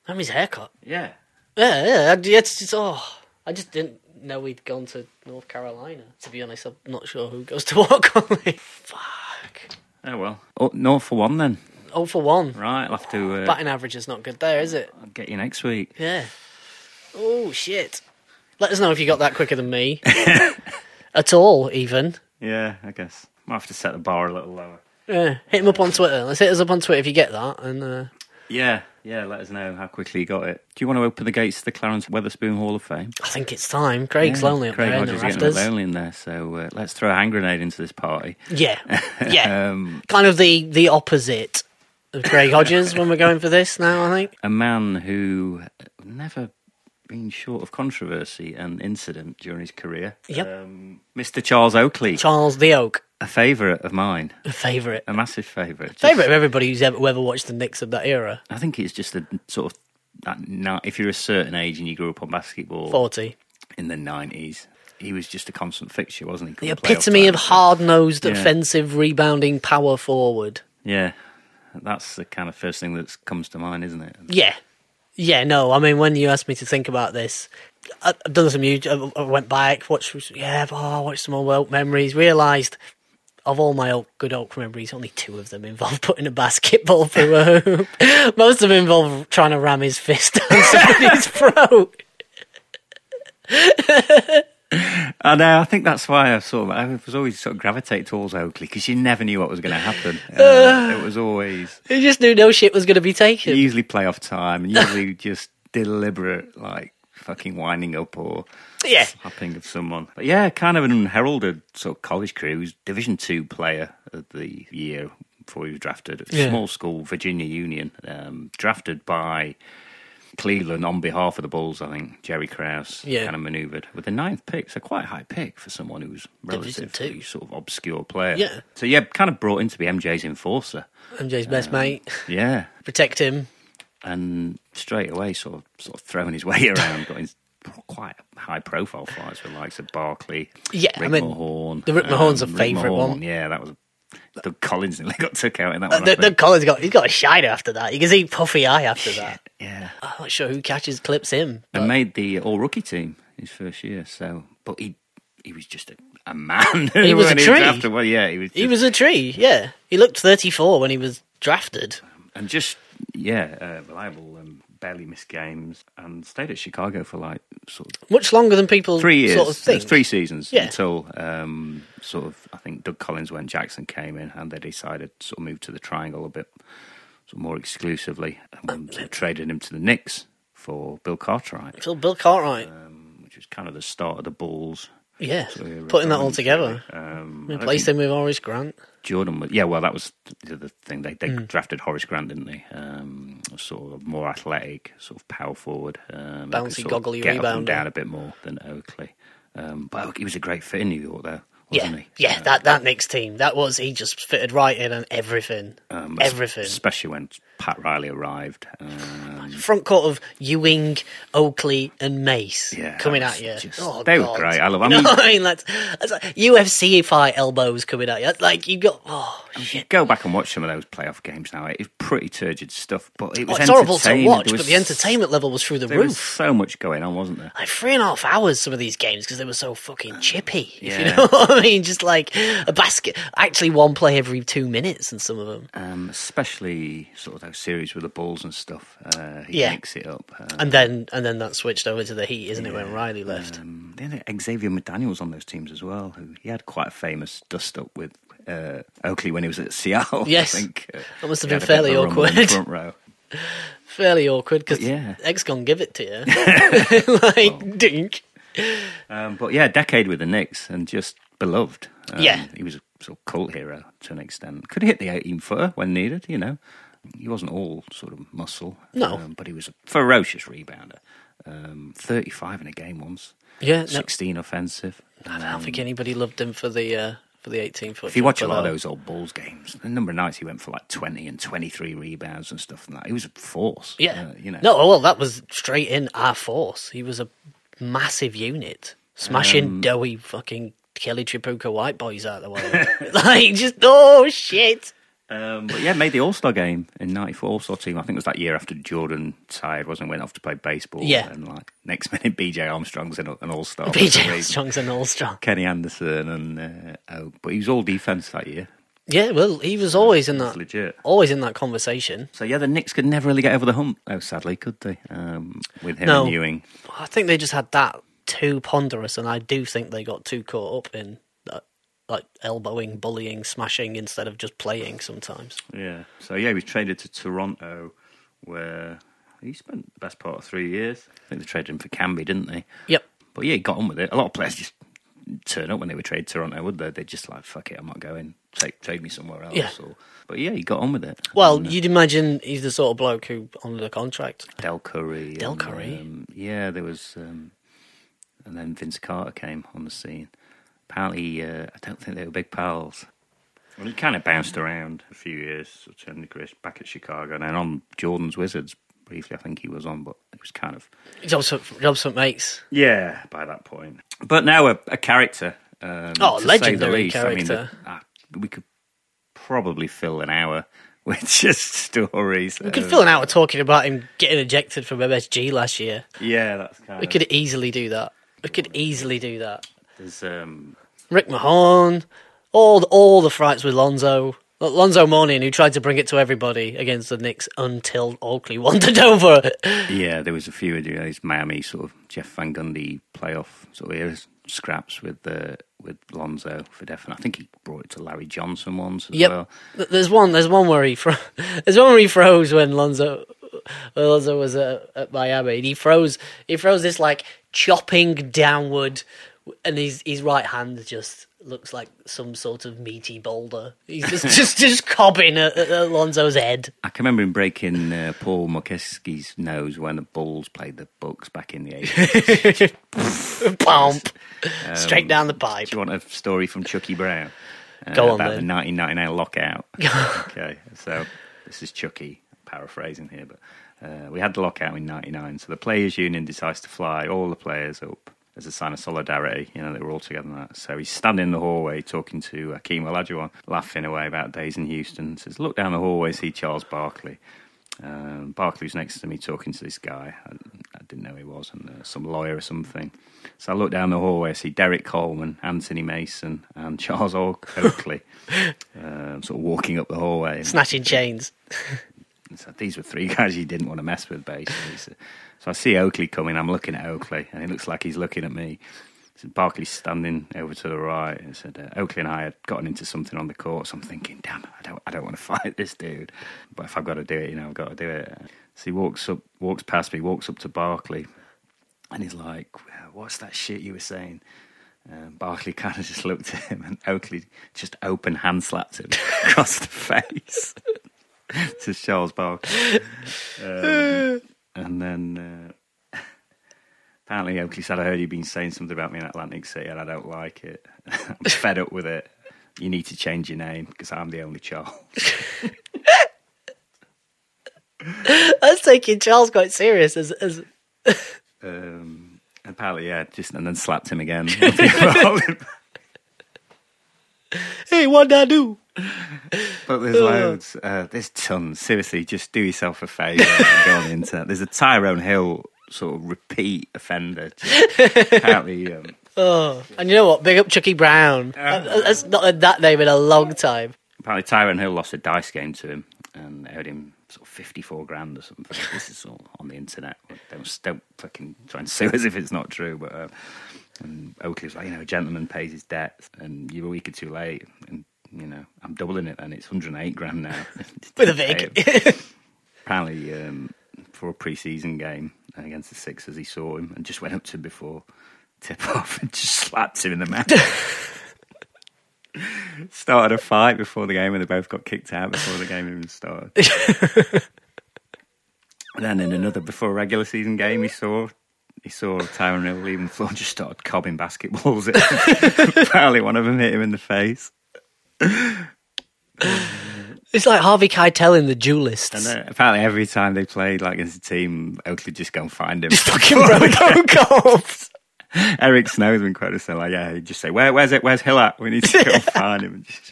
Speaker 2: Remember his haircut?
Speaker 1: Yeah.
Speaker 2: Yeah, yeah. I- yeah, It's, it's, oh, I just didn't know he'd gone to North Carolina. To be honest, I'm not sure who goes to what college. Fuck.
Speaker 1: Oh well. Up north for one then.
Speaker 2: Oh, for one.
Speaker 1: Right, I'll have to uh,
Speaker 2: Batting average is not good there, is it?
Speaker 1: get you next week.
Speaker 2: Yeah. Oh shit. Let us know if you got that quicker than me. At all, even.
Speaker 1: Yeah, I guess. Might have to set the bar a little lower.
Speaker 2: Yeah. Hit him up on Twitter. Let's hit us up on Twitter if you get that. And uh,
Speaker 1: Yeah, yeah, let us know how quickly you got it. Do you want to open the gates to the Clarence Weatherspoon Hall of Fame?
Speaker 2: I think it's time. Craig's
Speaker 1: Yeah,
Speaker 2: lonely up
Speaker 1: Craig
Speaker 2: there in the
Speaker 1: Hodges is getting a
Speaker 2: rafters.
Speaker 1: bit lonely in there, so uh, let's throw a hand grenade into this party.
Speaker 2: Yeah. Yeah.
Speaker 1: Um,
Speaker 2: kind of the the opposite of Craig Hodges when we're going for this now, I think.
Speaker 1: a man who uh, never been short of controversy and incident during his career.
Speaker 2: Yep.
Speaker 1: Um, Mr. Charles Oakley,
Speaker 2: Charles the Oak,
Speaker 1: a favourite of mine,
Speaker 2: a favourite.
Speaker 1: a massive favourite. Just-
Speaker 2: Favourite of everybody who's ever, who ever watched the Knicks of that era.
Speaker 1: I think it's just the sort of that. ni- If you're a certain age and you grew up on basketball
Speaker 2: 40.
Speaker 1: in the nineties, he was just a constant fixture, wasn't he?
Speaker 2: The
Speaker 1: Couldn't play
Speaker 2: epitome of
Speaker 1: off that.
Speaker 2: hard nosed,
Speaker 1: Yeah.
Speaker 2: offensive, rebounding power forward.
Speaker 1: Yeah, that's the kind of first thing that comes to mind, isn't it?
Speaker 2: Yeah. Yeah, no, I mean, when you asked me to think about this, I- I've done some YouTube, I went back, watched, yeah, oh, I watched some old Oak memories, realised of all my old, good Oak memories, only two of them involve putting a basketball through a hoop. Most of them involve trying to ram his fist down somebody's throat.
Speaker 1: And uh, I think that's why I sort of I was always sort of gravitate towards Oakley because you never knew what was going to happen. Uh, it was always
Speaker 2: He just knew no shit was going to be taken.
Speaker 1: usually playoff time, and usually just deliberate like fucking winding up or
Speaker 2: Yeah.
Speaker 1: slapping of someone. But yeah, kind of an unheralded sort of college career. He was Division Two player of the year before he was drafted. At a
Speaker 2: Yeah.
Speaker 1: Small school, Virginia Union, um, drafted by Cleveland on behalf of the Bulls. I think Jerry Krause
Speaker 2: Yeah.
Speaker 1: kind of manoeuvred with the ninth pick. So quite a high pick for someone who was
Speaker 2: Division
Speaker 1: relatively
Speaker 2: two.
Speaker 1: sort of obscure player.
Speaker 2: Yeah.
Speaker 1: So yeah, kind of brought in to be MJ's enforcer.
Speaker 2: MJ's best mate.
Speaker 1: Yeah
Speaker 2: Protect him.
Speaker 1: and straight away sort of sort of throwing his way around, got in quite high profile fights with likes of Barkley,
Speaker 2: Yeah, I
Speaker 1: Rick
Speaker 2: mean,
Speaker 1: Mahorn.
Speaker 2: the Rick Mahorn's a
Speaker 1: Rick
Speaker 2: favourite
Speaker 1: Mahorn,
Speaker 2: one.
Speaker 1: Yeah, that was Doug Collins nearly got took out in that
Speaker 2: Uh,
Speaker 1: one. I
Speaker 2: the, the
Speaker 1: think.
Speaker 2: Collins got, he's got a shine after that. You can see puffy eye after that.
Speaker 1: yeah,
Speaker 2: I'm not sure who catches clips him.
Speaker 1: and made the all rookie team his first year. So, but he he was just a, a man.
Speaker 2: He was a
Speaker 1: when
Speaker 2: tree.
Speaker 1: drafted. well, yeah, he was.
Speaker 2: He
Speaker 1: just-
Speaker 2: was a tree, yeah. He looked 34 when he was drafted.
Speaker 1: and just yeah, uh, reliable. Um, barely missed games and stayed at Chicago for like sort of
Speaker 2: Much longer than people
Speaker 1: three years,
Speaker 2: sort of think.
Speaker 1: It's three seasons
Speaker 2: Yeah.
Speaker 1: until um, sort of I think Doug Collins when Jackson came in, and they decided to sort of move to the triangle a bit sort of more exclusively, and
Speaker 2: Oh,
Speaker 1: um, sort of traded him to the Knicks for Bill Cartwright, um,
Speaker 2: Till Bill Cartwright,
Speaker 1: Uh, which was kind of the start of the Bulls.
Speaker 2: yeah.
Speaker 1: era,
Speaker 2: Putting that all
Speaker 1: really.
Speaker 2: together.
Speaker 1: Um, I don't
Speaker 2: Replaced
Speaker 1: think
Speaker 2: him with Horace Grant.
Speaker 1: Jordan was yeah. Well, that was the other thing. They they
Speaker 2: Mm.
Speaker 1: drafted Horace Grant, didn't they? Um, sort of more athletic, sort of power forward, um, that could
Speaker 2: Bouncy,
Speaker 1: sort of
Speaker 2: goggly
Speaker 1: get up and
Speaker 2: rebounder.
Speaker 1: down a bit more than Oakley. Um, but Oakley was a great fit in New York, though,
Speaker 2: Yeah,
Speaker 1: wasn't he? Uh,
Speaker 2: yeah, that, that Knicks team. That was, he just fitted right in and everything.
Speaker 1: Um,
Speaker 2: everything.
Speaker 1: Especially when Pat Riley arrived. Um,
Speaker 2: Front court of Ewing, Oakley, and Mace
Speaker 1: Yeah,
Speaker 2: coming
Speaker 1: that
Speaker 2: at
Speaker 1: was
Speaker 2: you.
Speaker 1: just-
Speaker 2: oh,
Speaker 1: they were
Speaker 2: God.
Speaker 1: great. I love- I
Speaker 2: You know
Speaker 1: mean-
Speaker 2: what I mean, that's, that's like UFC fight elbows coming at you. That's like you got. Oh, shit.
Speaker 1: go back and watch some of those playoff games now. It was pretty turgid stuff, but it
Speaker 2: Oh,
Speaker 1: was
Speaker 2: it's horrible to
Speaker 1: entertaining.
Speaker 2: watch,
Speaker 1: There was
Speaker 2: but the entertainment level was through the
Speaker 1: There
Speaker 2: roof.
Speaker 1: was so much going on, wasn't there?
Speaker 2: like three and a half hours some of these games because they were so fucking chippy. If you
Speaker 1: Uh, yeah.
Speaker 2: know what I mean, just like a basket, actually one play every two minutes in some of them.
Speaker 1: Um, especially sort of those series with the Bulls and stuff. Uh, he
Speaker 2: Yeah.
Speaker 1: mixed it up. Uh,
Speaker 2: And then and then that switched over to the Heat, isn't it? When Riley left,
Speaker 1: um, they had Xavier McDaniel's on those teams as well. Who he had quite a famous dust up with uh, Oakley when he was at Seattle.
Speaker 2: Yes.
Speaker 1: I think. Uh,
Speaker 2: That must have
Speaker 1: he
Speaker 2: been
Speaker 1: had a bit of
Speaker 2: fairly
Speaker 1: a rumble in the
Speaker 2: awkward.
Speaker 1: Front row.
Speaker 2: fairly awkward because
Speaker 1: Yeah.
Speaker 2: X gonna give it to you, like dink.
Speaker 1: Um, but yeah, decade with the Knicks and just beloved. Um,
Speaker 2: Yeah.
Speaker 1: he was a sort of cult hero to an extent. Could hit the eighteen footer when needed, you know. he wasn't all sort of muscle,
Speaker 2: No.
Speaker 1: um, but he was a ferocious rebounder. Um, Thirty-five in a game once,
Speaker 2: Yeah, no,
Speaker 1: sixteen offensive. Um,
Speaker 2: I don't think anybody loved him for the uh, for the 18 foot.
Speaker 1: If you watch a lot
Speaker 2: uh,
Speaker 1: of those old Bulls games, the number of nights he went for like twenty and twenty-three rebounds and stuff like that. He was a force.
Speaker 2: yeah,
Speaker 1: uh, you know.
Speaker 2: No, well, that was straight in our force. He was a massive unit, smashing
Speaker 1: Um,
Speaker 2: doughy fucking Kelly Tripuka white boys out the way. like just oh shit.
Speaker 1: Um, but yeah, made the All Star game in '94 All Star team. I think it was that year after Jordan tired, wasn't it? went off to play baseball.
Speaker 2: Yeah.
Speaker 1: and like next minute, BJ Armstrong's an, an All Star.
Speaker 2: PJ Armstrong's an all strong.
Speaker 1: Kenny Anderson, and uh, oh, but he was all defense that year.
Speaker 2: Yeah, well, he was always in that
Speaker 1: It's legit.
Speaker 2: always in that conversation.
Speaker 1: So yeah, the Knicks could never really get over the hump. Oh, sadly, could they? Um, with him
Speaker 2: No.
Speaker 1: and Ewing,
Speaker 2: I think they just had that too ponderous, and I do think they got too caught up in uh, like elbowing, bullying, smashing instead of just playing. Sometimes
Speaker 1: yeah. So yeah, he was traded to Toronto, where he spent the best part of three years. I think they traded him for Camby, didn't they?
Speaker 2: Yep.
Speaker 1: But yeah, he got on with it. A lot of players just turn up when they were traded to Toronto, would they? They're just like, fuck it, I'm not going. Take trade me somewhere else.
Speaker 2: Yeah.
Speaker 1: Or, but yeah, he got on with it.
Speaker 2: Well,
Speaker 1: And, uh,
Speaker 2: you'd imagine he's the sort of bloke who under the contract.
Speaker 1: Del Curry.
Speaker 2: Del
Speaker 1: and,
Speaker 2: Curry?
Speaker 1: um, yeah, there was, um, and then Vince Carter came on the scene. Apparently, uh, I don't think they were big pals. Well, he kind of bounced around a few years, sort of turned the career back at Chicago, and then on Jordan's Wizards briefly. I think he was on, but it was kind of
Speaker 2: He's also Robson mates.
Speaker 1: yeah, by that point. But now a, a character. Um,
Speaker 2: Oh,
Speaker 1: to say the
Speaker 2: legendary
Speaker 1: least.
Speaker 2: character.
Speaker 1: I mean, the- uh, we could probably fill an hour with just stories.
Speaker 2: We could fill an hour talking about him getting ejected from MSG last year.
Speaker 1: Yeah, that's kind
Speaker 2: We
Speaker 1: of.
Speaker 2: could easily do that. We could easily do that.
Speaker 1: There's, um,
Speaker 2: Rick Mahorn, all the, all the frights with Lonzo. Lonzo Mourning, who tried to bring it to everybody against the Knicks until Oakley wandered over.
Speaker 1: yeah, there was a few of these Miami sort of Jeff Van Gundy playoff sort of eras, scraps with uh, with Lonzo for definite. I think he brought it to Larry Johnson once as
Speaker 2: Yep.
Speaker 1: well.
Speaker 2: Th- There's one. There's one where he fro- There's one where he froze when Lonzo, when Lonzo was at, at Miami. And he froze. He froze this like chopping downward, and his his right hand just looks like some sort of meaty boulder. He's just just just cobbing at, at- at Lonzo's head.
Speaker 1: I can remember him breaking uh, Paul Mokeski's nose when the Bulls played the Bucks back in the 80s.
Speaker 2: Pomp straight down the pipe.
Speaker 1: Um, Do you want a story from Chucky Brown? Uh,
Speaker 2: Go on,
Speaker 1: about
Speaker 2: then.
Speaker 1: the 1999 lockout. okay, so this is Chucky paraphrasing here, but uh, we had the lockout in '99. So the players' union decides to fly all the players up as a sign of solidarity. You know, they were all together. And that. So he's standing in the hallway talking to Akeem Olajuwon, laughing away about days in Houston. Says, "Look down the hallway, see Charles Barkley." Um, Barkley was next to me talking to this guy. I, I didn't know who he was, and uh, some lawyer or something. So I look down the hallway, I see Derek Coleman, Anthony Mason, and Charles Oak- Oakley um, sort of walking up the hallway. And
Speaker 2: Snatching chains.
Speaker 1: so these were three guys you didn't want to mess with, basically. So, so I see Oakley coming. I'm looking at Oakley, and he looks like he's looking at me. So Barkley's standing over to the right, and said uh, Oakley and I had gotten into something on the court. So I'm thinking, damn, it, I don't, I don't want to fight this dude, but if I've got to do it, you know, I've got to do it. So he walks up, walks past me, walks up to Barkley, and he's like, "What's that shit you were saying?" Um, Barkley kind of just looked at him, and Oakley just open hand slapped him across the face to Charles Barkley. Um, and then uh, apparently Oakley said, I heard you've been saying something about me in Atlantic City and I don't like it. I'm fed up with it. You need to change your name because I'm the only Charles.
Speaker 2: That's taking Charles quite serious as as
Speaker 1: Um, apparently, yeah, just and then slapped him again.
Speaker 2: hey, what did I do?
Speaker 1: But there's loads. Uh, there's tons. Seriously, just do yourself a favour and go on the internet. There's a Tyrone Hill sort of repeat offender. Just, apparently, um,
Speaker 2: And you know what? Big up Chucky Brown. Uh, That's not had that name in a long time.
Speaker 1: apparently Tyrone Hill lost a dice game to him and they owed him sort of 54 grand or something. this is all on the internet. Don't, don't fucking try and sue us if it's not true. But uh, and Oakley was like, you know, a gentleman pays his debts and you're a week or two late. And, you know, I'm doubling it and it's 108 grand now.
Speaker 2: With a
Speaker 1: Pay
Speaker 2: Vic.
Speaker 1: him apparently um, for a preseason game against the Sixers, he saw him and just went up to him before tip off and just slapped him in the mouth. started a fight before the game and they both got kicked out before the game even started. and then in another before regular season game he saw he saw Tyron Hill leaving the floor and just started cobbing basketballs at him. Apparently one of them hit him in the face.
Speaker 2: It's like Harvey Keitel in the duelists.
Speaker 1: And then apparently every time they played like as a team, Oakley would just go and find him.
Speaker 2: Fucking Robocop.
Speaker 1: Eric Snow's been quoted saying like, yeah, he'd just say, Where, where's it? Where's Hill at? We need to go and find him. And just,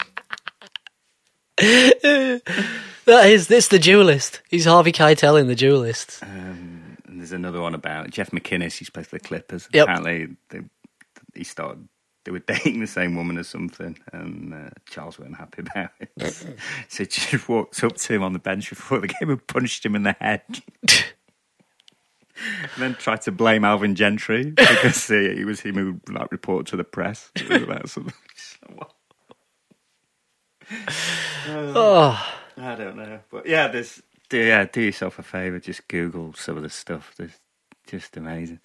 Speaker 2: that is this the duelist. He's Harvey Keitel in the duelist.
Speaker 1: Um, And there's another one about Jeff McInnes. He's played for the Clippers.
Speaker 2: Yep.
Speaker 1: Apparently, they, he started. They were dating the same woman or something, and uh, Charles wasn't happy about it. so she walked up to him on the bench before the game and punched him in the head. and then tried to blame Alvin Gentry because uh, he was him who like reported to the press. It was about something.
Speaker 2: Oh,
Speaker 1: I don't know, but yeah, there's do yeah, do yourself a favor, just Google some of the stuff. There's just amazing.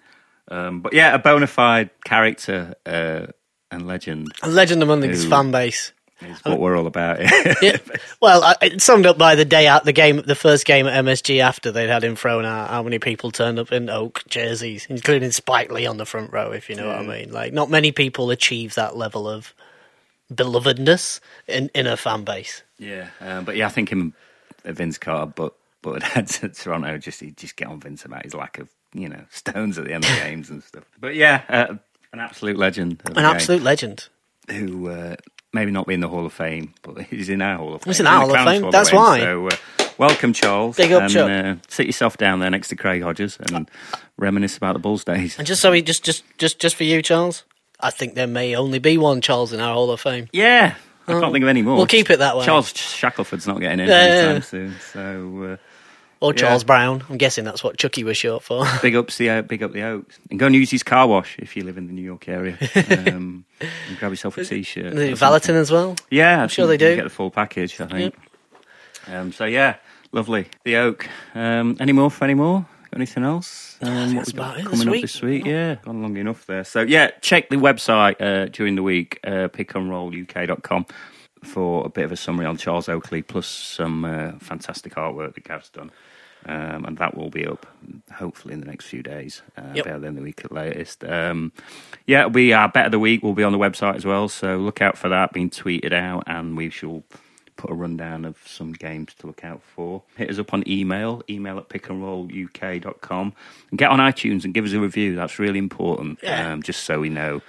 Speaker 1: Um, but yeah, a bona fide character uh, and legend
Speaker 2: a legend among his
Speaker 1: Ooh.
Speaker 2: fan base.
Speaker 1: is what we're all about. here.
Speaker 2: Oh. Yeah. Well, I, it summed up by the day out the game, the first game at MSG after they'd had him thrown out. How many people turned up in oak jerseys, including Spike Lee on the front row? If you know what I mean, like not many people achieve that level of belovedness in in a fan base.
Speaker 1: yeah, um, but yeah, I think him, and uh, Vince Carter, but but had to Toronto just he just get on Vince about his lack of you know stones at the end of games and stuff. But yeah, uh, an absolute legend. of the game.
Speaker 2: An absolute legend.
Speaker 1: who uh, maybe not be in the Hall of Fame, but he's in our Hall of Fame.
Speaker 2: He's in our
Speaker 1: the
Speaker 2: Hall of
Speaker 1: Clowns
Speaker 2: Fame, that's why.
Speaker 1: So, uh, welcome, Charles.
Speaker 2: Big up,
Speaker 1: and,
Speaker 2: Chuck.
Speaker 1: Uh, sit yourself down there next to Craig Hodges and reminisce about the Bulls days.
Speaker 2: And just so we just just just just for you, Charles. I think there may only be one Charles in our Hall of Fame.
Speaker 1: Yeah, I can't think of any more.
Speaker 2: Oh. We'll keep it that way.
Speaker 1: Charles Shackelford's not getting in
Speaker 2: Yeah,
Speaker 1: anytime
Speaker 2: yeah.
Speaker 1: soon. So uh,
Speaker 2: Or
Speaker 1: Yeah.
Speaker 2: Charles Brown. I'm guessing that's what Chucky was short for.
Speaker 1: uh, big up the uh, big up the Oaks, and go and use his car wash if you live in the New York area. Um, and grab yourself a t-shirt. or
Speaker 2: Valentin as well.
Speaker 1: Yeah, I'm
Speaker 2: sure they do.
Speaker 1: Get the full package, I think. Um, so yeah, lovely. The oak. Um, any more for any more? Got anything else? Um,
Speaker 2: that's
Speaker 1: we got
Speaker 2: about it
Speaker 1: coming
Speaker 2: this
Speaker 1: up
Speaker 2: week.
Speaker 1: this week. Yeah, gone long enough there. So yeah, check the website uh, during the week. Uh, pickandrolluk.com for a bit of a summary on Charles Oakley, plus some uh, fantastic artwork that Gav's done. Um, and that will be up hopefully in the next few days, uh,
Speaker 2: Yep.
Speaker 1: about the end of the week at latest. Um, yeah, it'll be our bet of the week. will be on the website as well, so look out for that being tweeted out, and we shall put a rundown of some games to look out for. Hit us up on email, email at pickandrolluk.com, and get on iTunes and give us a review. That's really important,
Speaker 2: Yeah.
Speaker 1: um, just so we know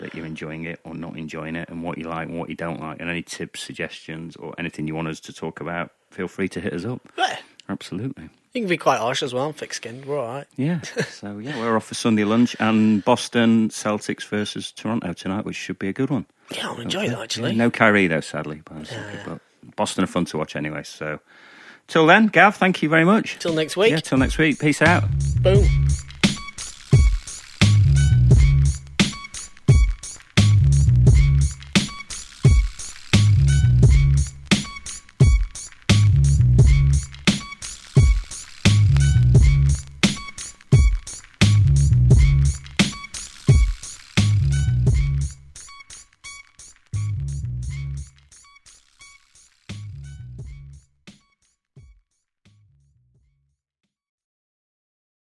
Speaker 1: that you're enjoying it or not enjoying it and what you like and what you don't like and any tips, suggestions or anything you want us to talk about, feel free to hit us up.
Speaker 2: Yeah.
Speaker 1: Absolutely.
Speaker 2: You can be quite harsh as well. I'm thick skinned. We're all right.
Speaker 1: Yeah. so yeah, we're off for Sunday lunch and Boston Celtics versus Toronto tonight, which should be a good one.
Speaker 2: Yeah, I'll enjoy that actually. Uh.
Speaker 1: Yeah, no Kyrie though, sadly, but, it's okay, but Boston are fun to watch anyway, so Till then, Gav, thank you very much.
Speaker 2: Till next week.
Speaker 1: Yeah, till next week. Peace out.
Speaker 2: Boom.